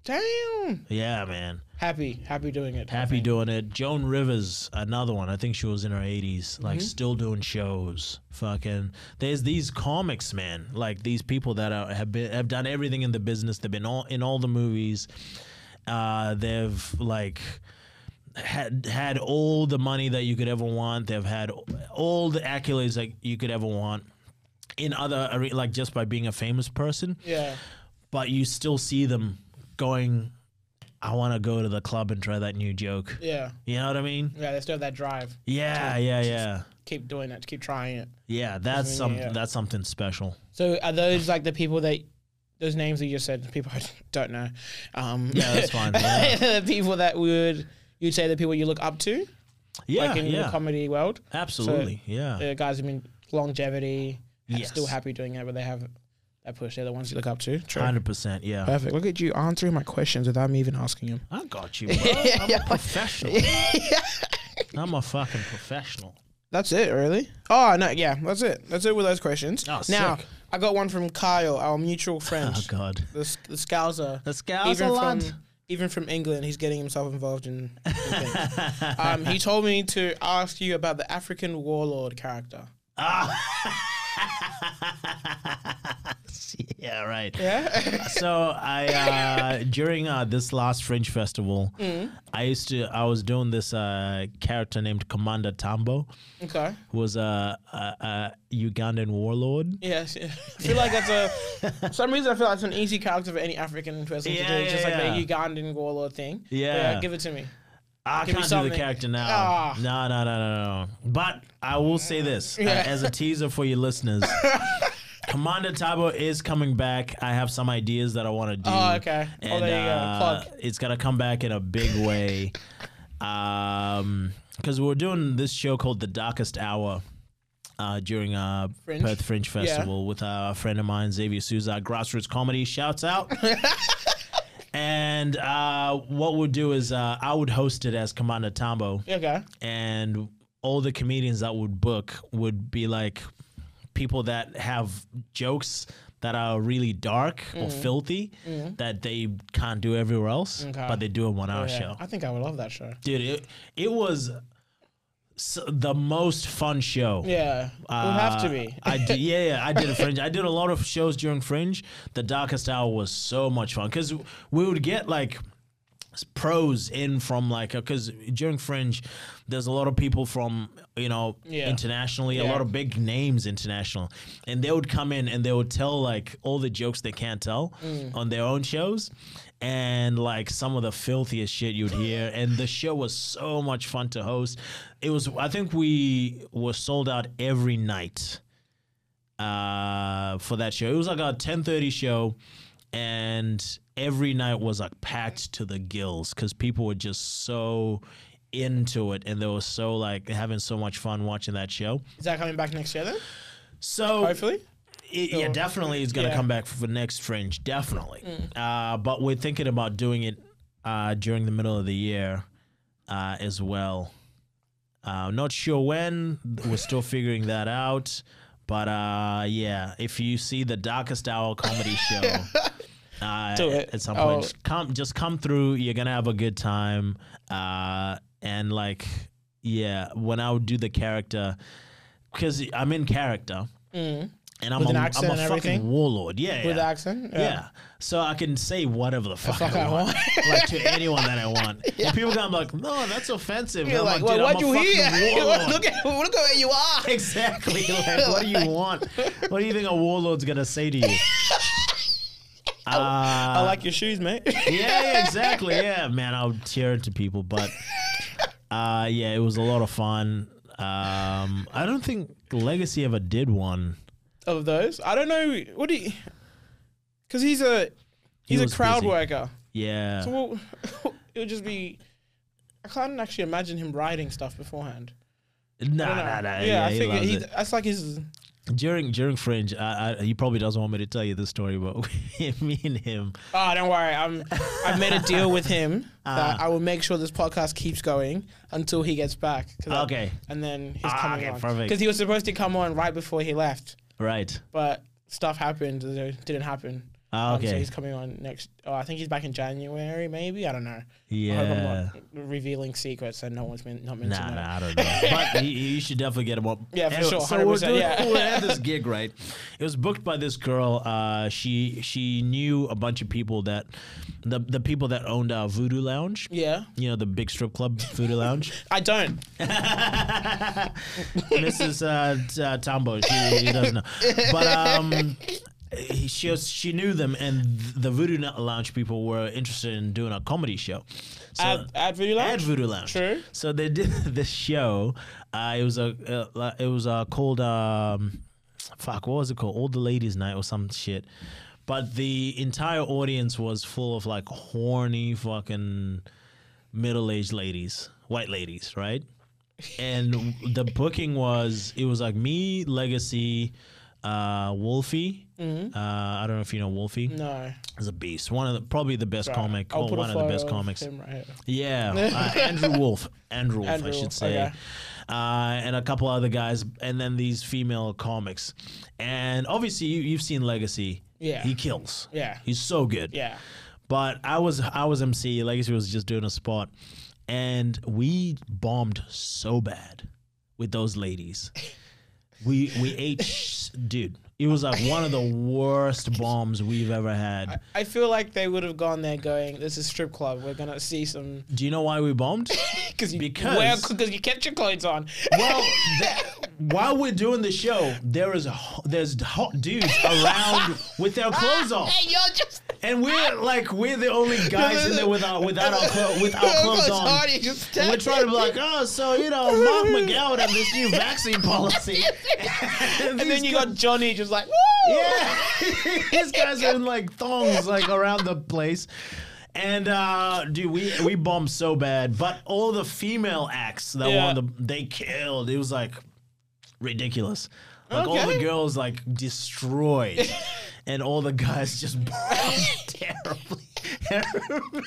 Damn. Yeah, man. Happy, happy doing it. Happy doing it. Joan Rivers, another one. I think she was in her 80s, like still doing shows. Fucking, there's these comics, man. Like these people that are, have been have done everything in the business. They've been all in all the movies. Uh, they've like had had all the money that you could ever want. They've had all the accolades that you could ever want. In other are- like just by being a famous person, Yeah. but you still see them going. I want to go to the club and try that new joke. Yeah. You know what I mean? Yeah. They still have that drive. Yeah, yeah, yeah, Keep doing it. Keep trying it. yeah. That's some yeah. that's something special. So are those like the people that those names that you just said? People I don't know. Um, Yeah, that's fine. Yeah, the people that would you'd say the people you look up to, yeah, like in the yeah. comedy world. absolutely. yeah, The guys who mean longevity, and Yes. still happy doing it, but they have that push. They're the ones you look up to. True. hundred percent. Yeah, Perfect. Look at you answering my questions without me even asking him. I got you. Bro. I'm a professional. I'm a fucking professional. That's it, really. Oh no, yeah, that's it. That's it with those questions. Oh, now sick. I got one from Kyle, our mutual friend. Oh God, the, S- the Scouser. The Scouser even lad. From, even from England, he's getting himself involved in. in things. um, he told me to ask you about the African warlord character. yeah, right. Yeah. so I uh, during uh, this last Fringe festival, Mm. I used to I was doing this uh, character named Commander Tambo, okay. who was a, a, a Ugandan warlord. Yes. I feel like that's a. For some reason, I feel like it's an easy character for any African person to Yeah, do. yeah, just like yeah. the Ugandan warlord thing. But Yeah. Mm. give it to me. I Ah, Give me can't do the something. character now. Ah. No, no, no, no, no. But I will say this uh, Yeah. as a teaser for your listeners. Commander Tabo is coming back. I have some ideas that I want to do. Oh, okay. Oh, And, there you go. uh, Plug. It's gonna come back in a big way. um, because we're doing this show called The Darkest Hour. Uh, during uh, Fringe. Perth Fringe Festival with uh, a friend of mine, Xavier Souza, grassroots comedy. Shouts out! and uh, what we'll do is uh, I would host it as Commander Tambo, Okay. and all the comedians that would book would be like people that have jokes that are really dark or Mm-hmm. filthy that they can't do everywhere else, but they do a one-hour Yeah. show. I think I would love that show. Dude, it it was s- the most fun show. Yeah. it would have to Uh, be. I did, yeah, yeah, I did a fringe. I did a lot of shows during fringe. The darkest hour was so much fun because we would get like s- pros in from like because during fringe, there's a lot of people from you know Yeah. internationally, a Yeah. lot of big names international, and they would come in and they would tell like all the jokes they can't tell Mm. on their own shows. And like some of the filthiest shit you'd hear, and the show was so much fun to host. It was, I think we were sold out every night uh, for that show. It was like a ten thirty show, and every night was like packed to the gills because people were just so into it and they were so like having so much fun watching that show. Is that coming back next year then? So Hopefully. it- yeah, definitely is going to yeah. Mm. come back for the next Fringe, definitely. Uh, but we're thinking about doing it uh, during the middle of the year uh, as well. Uh, not sure when. We're still figuring that out. But uh, yeah, if you see the darkest hour comedy show, uh, Do it. at some point, Oh. just come just come through. You're gonna have a good time. Uh, and like, yeah, when I would do the character, because I'm in character, and I'm With a, an accent am a and fucking everything? warlord. Yeah, With yeah. accent? Yeah. So I can say whatever the fuck, fuck I, I want, want. like to anyone that I want. And people come like, no, that's offensive. You're I'm like, like, well, "Dude, I'm why'd a you fucking hear? warlord." look at look at where you are. exactly. Like, what do you want? What do you think a warlord's gonna say to you? Uh, I like your shoes, mate. Yeah, yeah, exactly. Yeah, man, I'll tear into people, but uh, yeah, it was a lot of fun. Um, I don't think Legacy ever did one. of those, I don't know. What do you? Because he's a he's a was crowd busy. worker. Yeah, So what, it would just be. I can't actually imagine him writing stuff beforehand. nah, I don't nah, know. nah. uh, yeah, I he figure loves he, it. that's like his. during during Fringe, I, I, he probably doesn't want me to tell you this story, but me and him, Oh, don't worry. I'm. I've made a deal with him Ah. that I will make sure this podcast keeps going until he gets back. 'Cause I- Okay. and then he's Ah, coming okay, on perfect. because he was supposed to come on right before he left, right? but stuff happened. so It didn't happen. Ah, Um, so okay. he's coming on next. Oh, I think he's back in January, maybe. I don't know. I hope Yeah. I'm not revealing secrets and no one's meant not meant Nah, to know. nah, I don't know. But you, you should definitely get him up. Yeah, for sure, So we're 100%, doing, yeah. we had this gig, right? It was booked by this girl. Uh, she she knew a bunch of people that the the people that owned uh, Voodoo Lounge. Yeah, You know the big strip club, Voodoo Lounge. I don't. Mrs. Uh, t- uh, Tombo, she, she doesn't know, but um, he- she was, she knew them, and th- the Voodoo Na- Lounge people were interested in doing a comedy show. So, Ad, ad video at lounge. Voodoo Lounge. True. So they did this show. Uh, it was a uh, it was uh, called um, fuck what was it called? All the Ladies Night or some shit. But the entire audience was full of like horny fucking middle aged ladies, white ladies, right? And the booking was it was like me, Legacy, uh, Wolfie. Uh, I don't know if you know Wolfie. Mm-hmm. no. He's a beast. One of the probably the best comic. I'll or put a one of the best photo of comics. him right here. Yeah, uh, Andrew Wolf. Andrew Wolf, Andrew I should Wolf, say. okay. Uh, and a couple other guys, and then these female comics. And obviously, you, you've seen Legacy. Yeah. He kills. Yeah. He's so good. Yeah. But I was I was MC. Legacy was just doing a spot, and we bombed so bad with those ladies. We we ate, sh- dude. It was like one of the worst bombs we've ever had. I feel like they would have gone there going, "This is strip club. We're gonna see some." Do you know why we bombed? Because you Because- wear- 'cause you kept your clothes on. Well, that, while we're doing the show, there is a, ho- there's hot dudes around with their clothes off, Hey, you're just and we're like we're the only guys in there without without our clo- with our clothes on. you just And we're trying to be like, oh, so you know, Mark McGowan would have this new vaccine policy, and, and these then you guys- got Johnny just like, "Woo!" yeah, these guys are in like thongs like around the place. And uh, dude, we we bombed so bad, but all the female acts that Yeah. won the they killed. It was like ridiculous. Like all the Okay. girls like destroyed, and all the guys just bombed terribly. And I remember,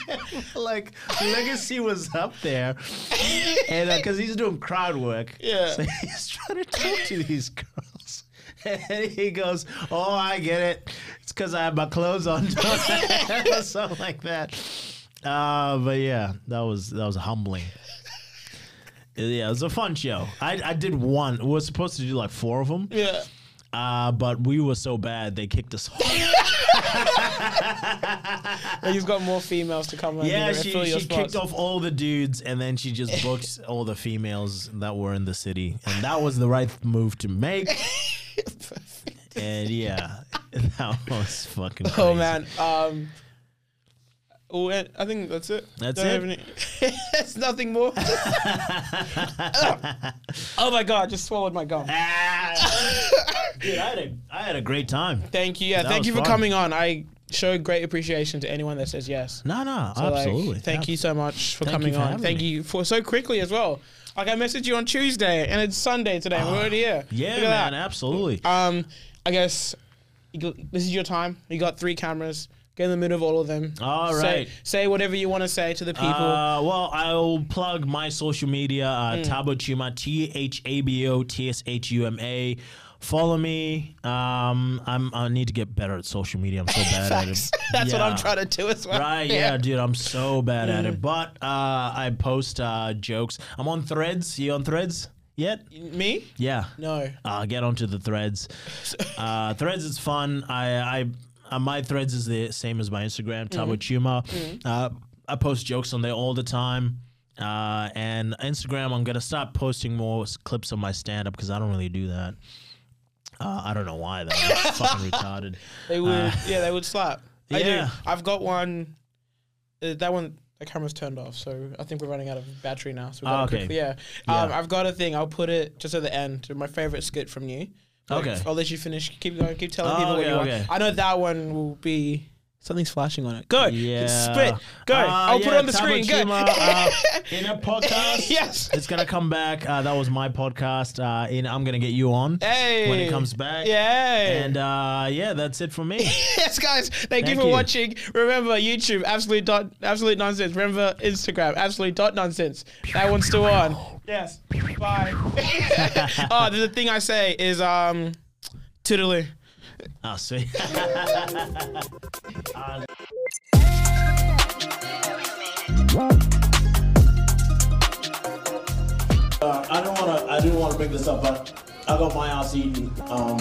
like Legacy was up there, and because he's doing crowd work, Yeah. so he's trying to talk to these girls. And he goes, Oh, I get it. It's because I have my clothes on. Something like that. Uh, but yeah, that was that was humbling. Yeah, it was a fun show. I, I did one. We were supposed to do like four of them, Yeah. uh, but we were so bad they kicked us off. And you've got more females to come. and yeah, you know, she, fill your she kicked spots. off all the dudes and then she just booked all the females that were in the city. And that was the right move to make. and yeah, that was fucking crazy. Oh man. Um. oh, and I think that's it. That's Don't have it? any- There's nothing more. oh my god! I Just swallowed my gum. Ah. Dude, I had, a, I had a great time. Thank you. Yeah, That thank was you for fun. coming on. I show great appreciation to anyone that says yes. No, no, So, like, absolutely. thank you so much for Thank you coming for on. having Thank me. you for so quickly as well. Like I messaged you on Tuesday and it's Sunday today. We're already here. Yeah, Look at man, that. absolutely. Um, I guess you go- this is your time. You got three cameras. Get in the middle of all of them. All say, right. Say whatever you want to say to the people. Mm. Uh, well, I'll plug my social media, uh, Tabo Chuma, T H A B O T S H U M A. Follow me. Um, I'm, I need to get better at social media. I'm so bad at Facts. it. That's what I'm Yeah. trying to do as well. Right, yeah, dude, I'm so bad at Mm. it. But uh, I post uh, jokes. I'm on Threads. You on Threads yet? Me? Yeah. No. Uh, get onto the Threads. Uh, threads is fun. I, I uh, my Threads is the same as my Instagram, Mm-hmm. Tabo Chuma. Uh, I post jokes on there all the time. Uh, and Instagram, I'm gonna stop posting more s- clips of my stand up because I don't really do that. Uh, I don't know why though. I'm fucking retarded. They would. yeah, they would slap. I do. Uh, yeah. I've got one. Uh, that one. The camera's turned off, so I think we're running out of battery now. So we Ah, gotta okay. quickly, yeah. Um, Yeah. I've got a thing. I'll put it just at the end. My favorite skit from you. Like, Okay. I'll let you finish. Keep going. Keep telling Oh, people what okay, you want. okay. I know that one will be. Something's flashing on it. Go. Yeah. Spit. Go. Uh, I'll put it yeah, on the screen. Go. Tabachima, uh, in a podcast. Yes. It's going to come back. Uh, that was my podcast. Uh, in I'm going to get you on Hey. when it comes back. Yay. And uh, yeah, that's it for me. yes, guys. Thank, you Thank for you. watching. Remember YouTube, absolute dot, absolute nonsense. Remember Instagram, absolute dot nonsense. That one's still on. Yes. Bye. oh, the thing I say is um, toodaloo. I'll see. Uh, I don't want to. I didn't want to bring this up, but I got my ass eaten um,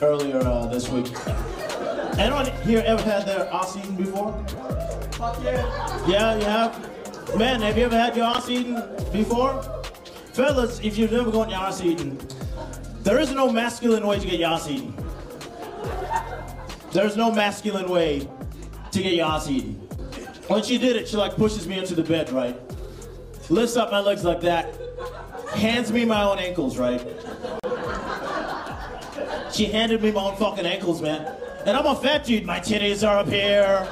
earlier uh, this week. Anyone here ever had their ass eaten before? yeah. Yeah, you have. Man, have you ever had your ass eaten before? Fellas, if you've never gotten your ass eaten, there is no masculine way to get your ass eaten. There's no masculine way to get your ass eaten. When she did it, she like pushes me into the bed, right? lifts up my legs like that, hands me my own ankles, right? She handed me my own fucking ankles, man. And I'm a fat dude, my titties are up here.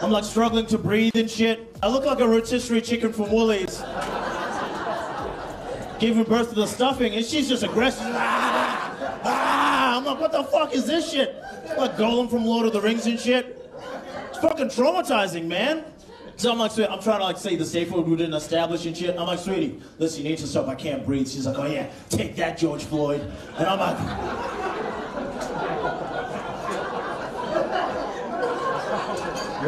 I'm like struggling to breathe and shit. I look like a rotisserie chicken from Woolies. Giving birth to the stuffing, and she's just aggressive. Ah, ah. I'm like, what the fuck is this shit? I'm like Golem from Lord of the Rings and shit. It's fucking traumatizing, man. So I'm like, sweet, I'm trying to like say the safe word we didn't establish and shit. I'm like, sweetie, listen, you need to stop. I can't breathe. She's like, oh yeah, take that, George Floyd. And I'm like,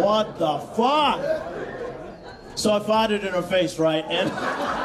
what the fuck? So I fired it in her face, right? And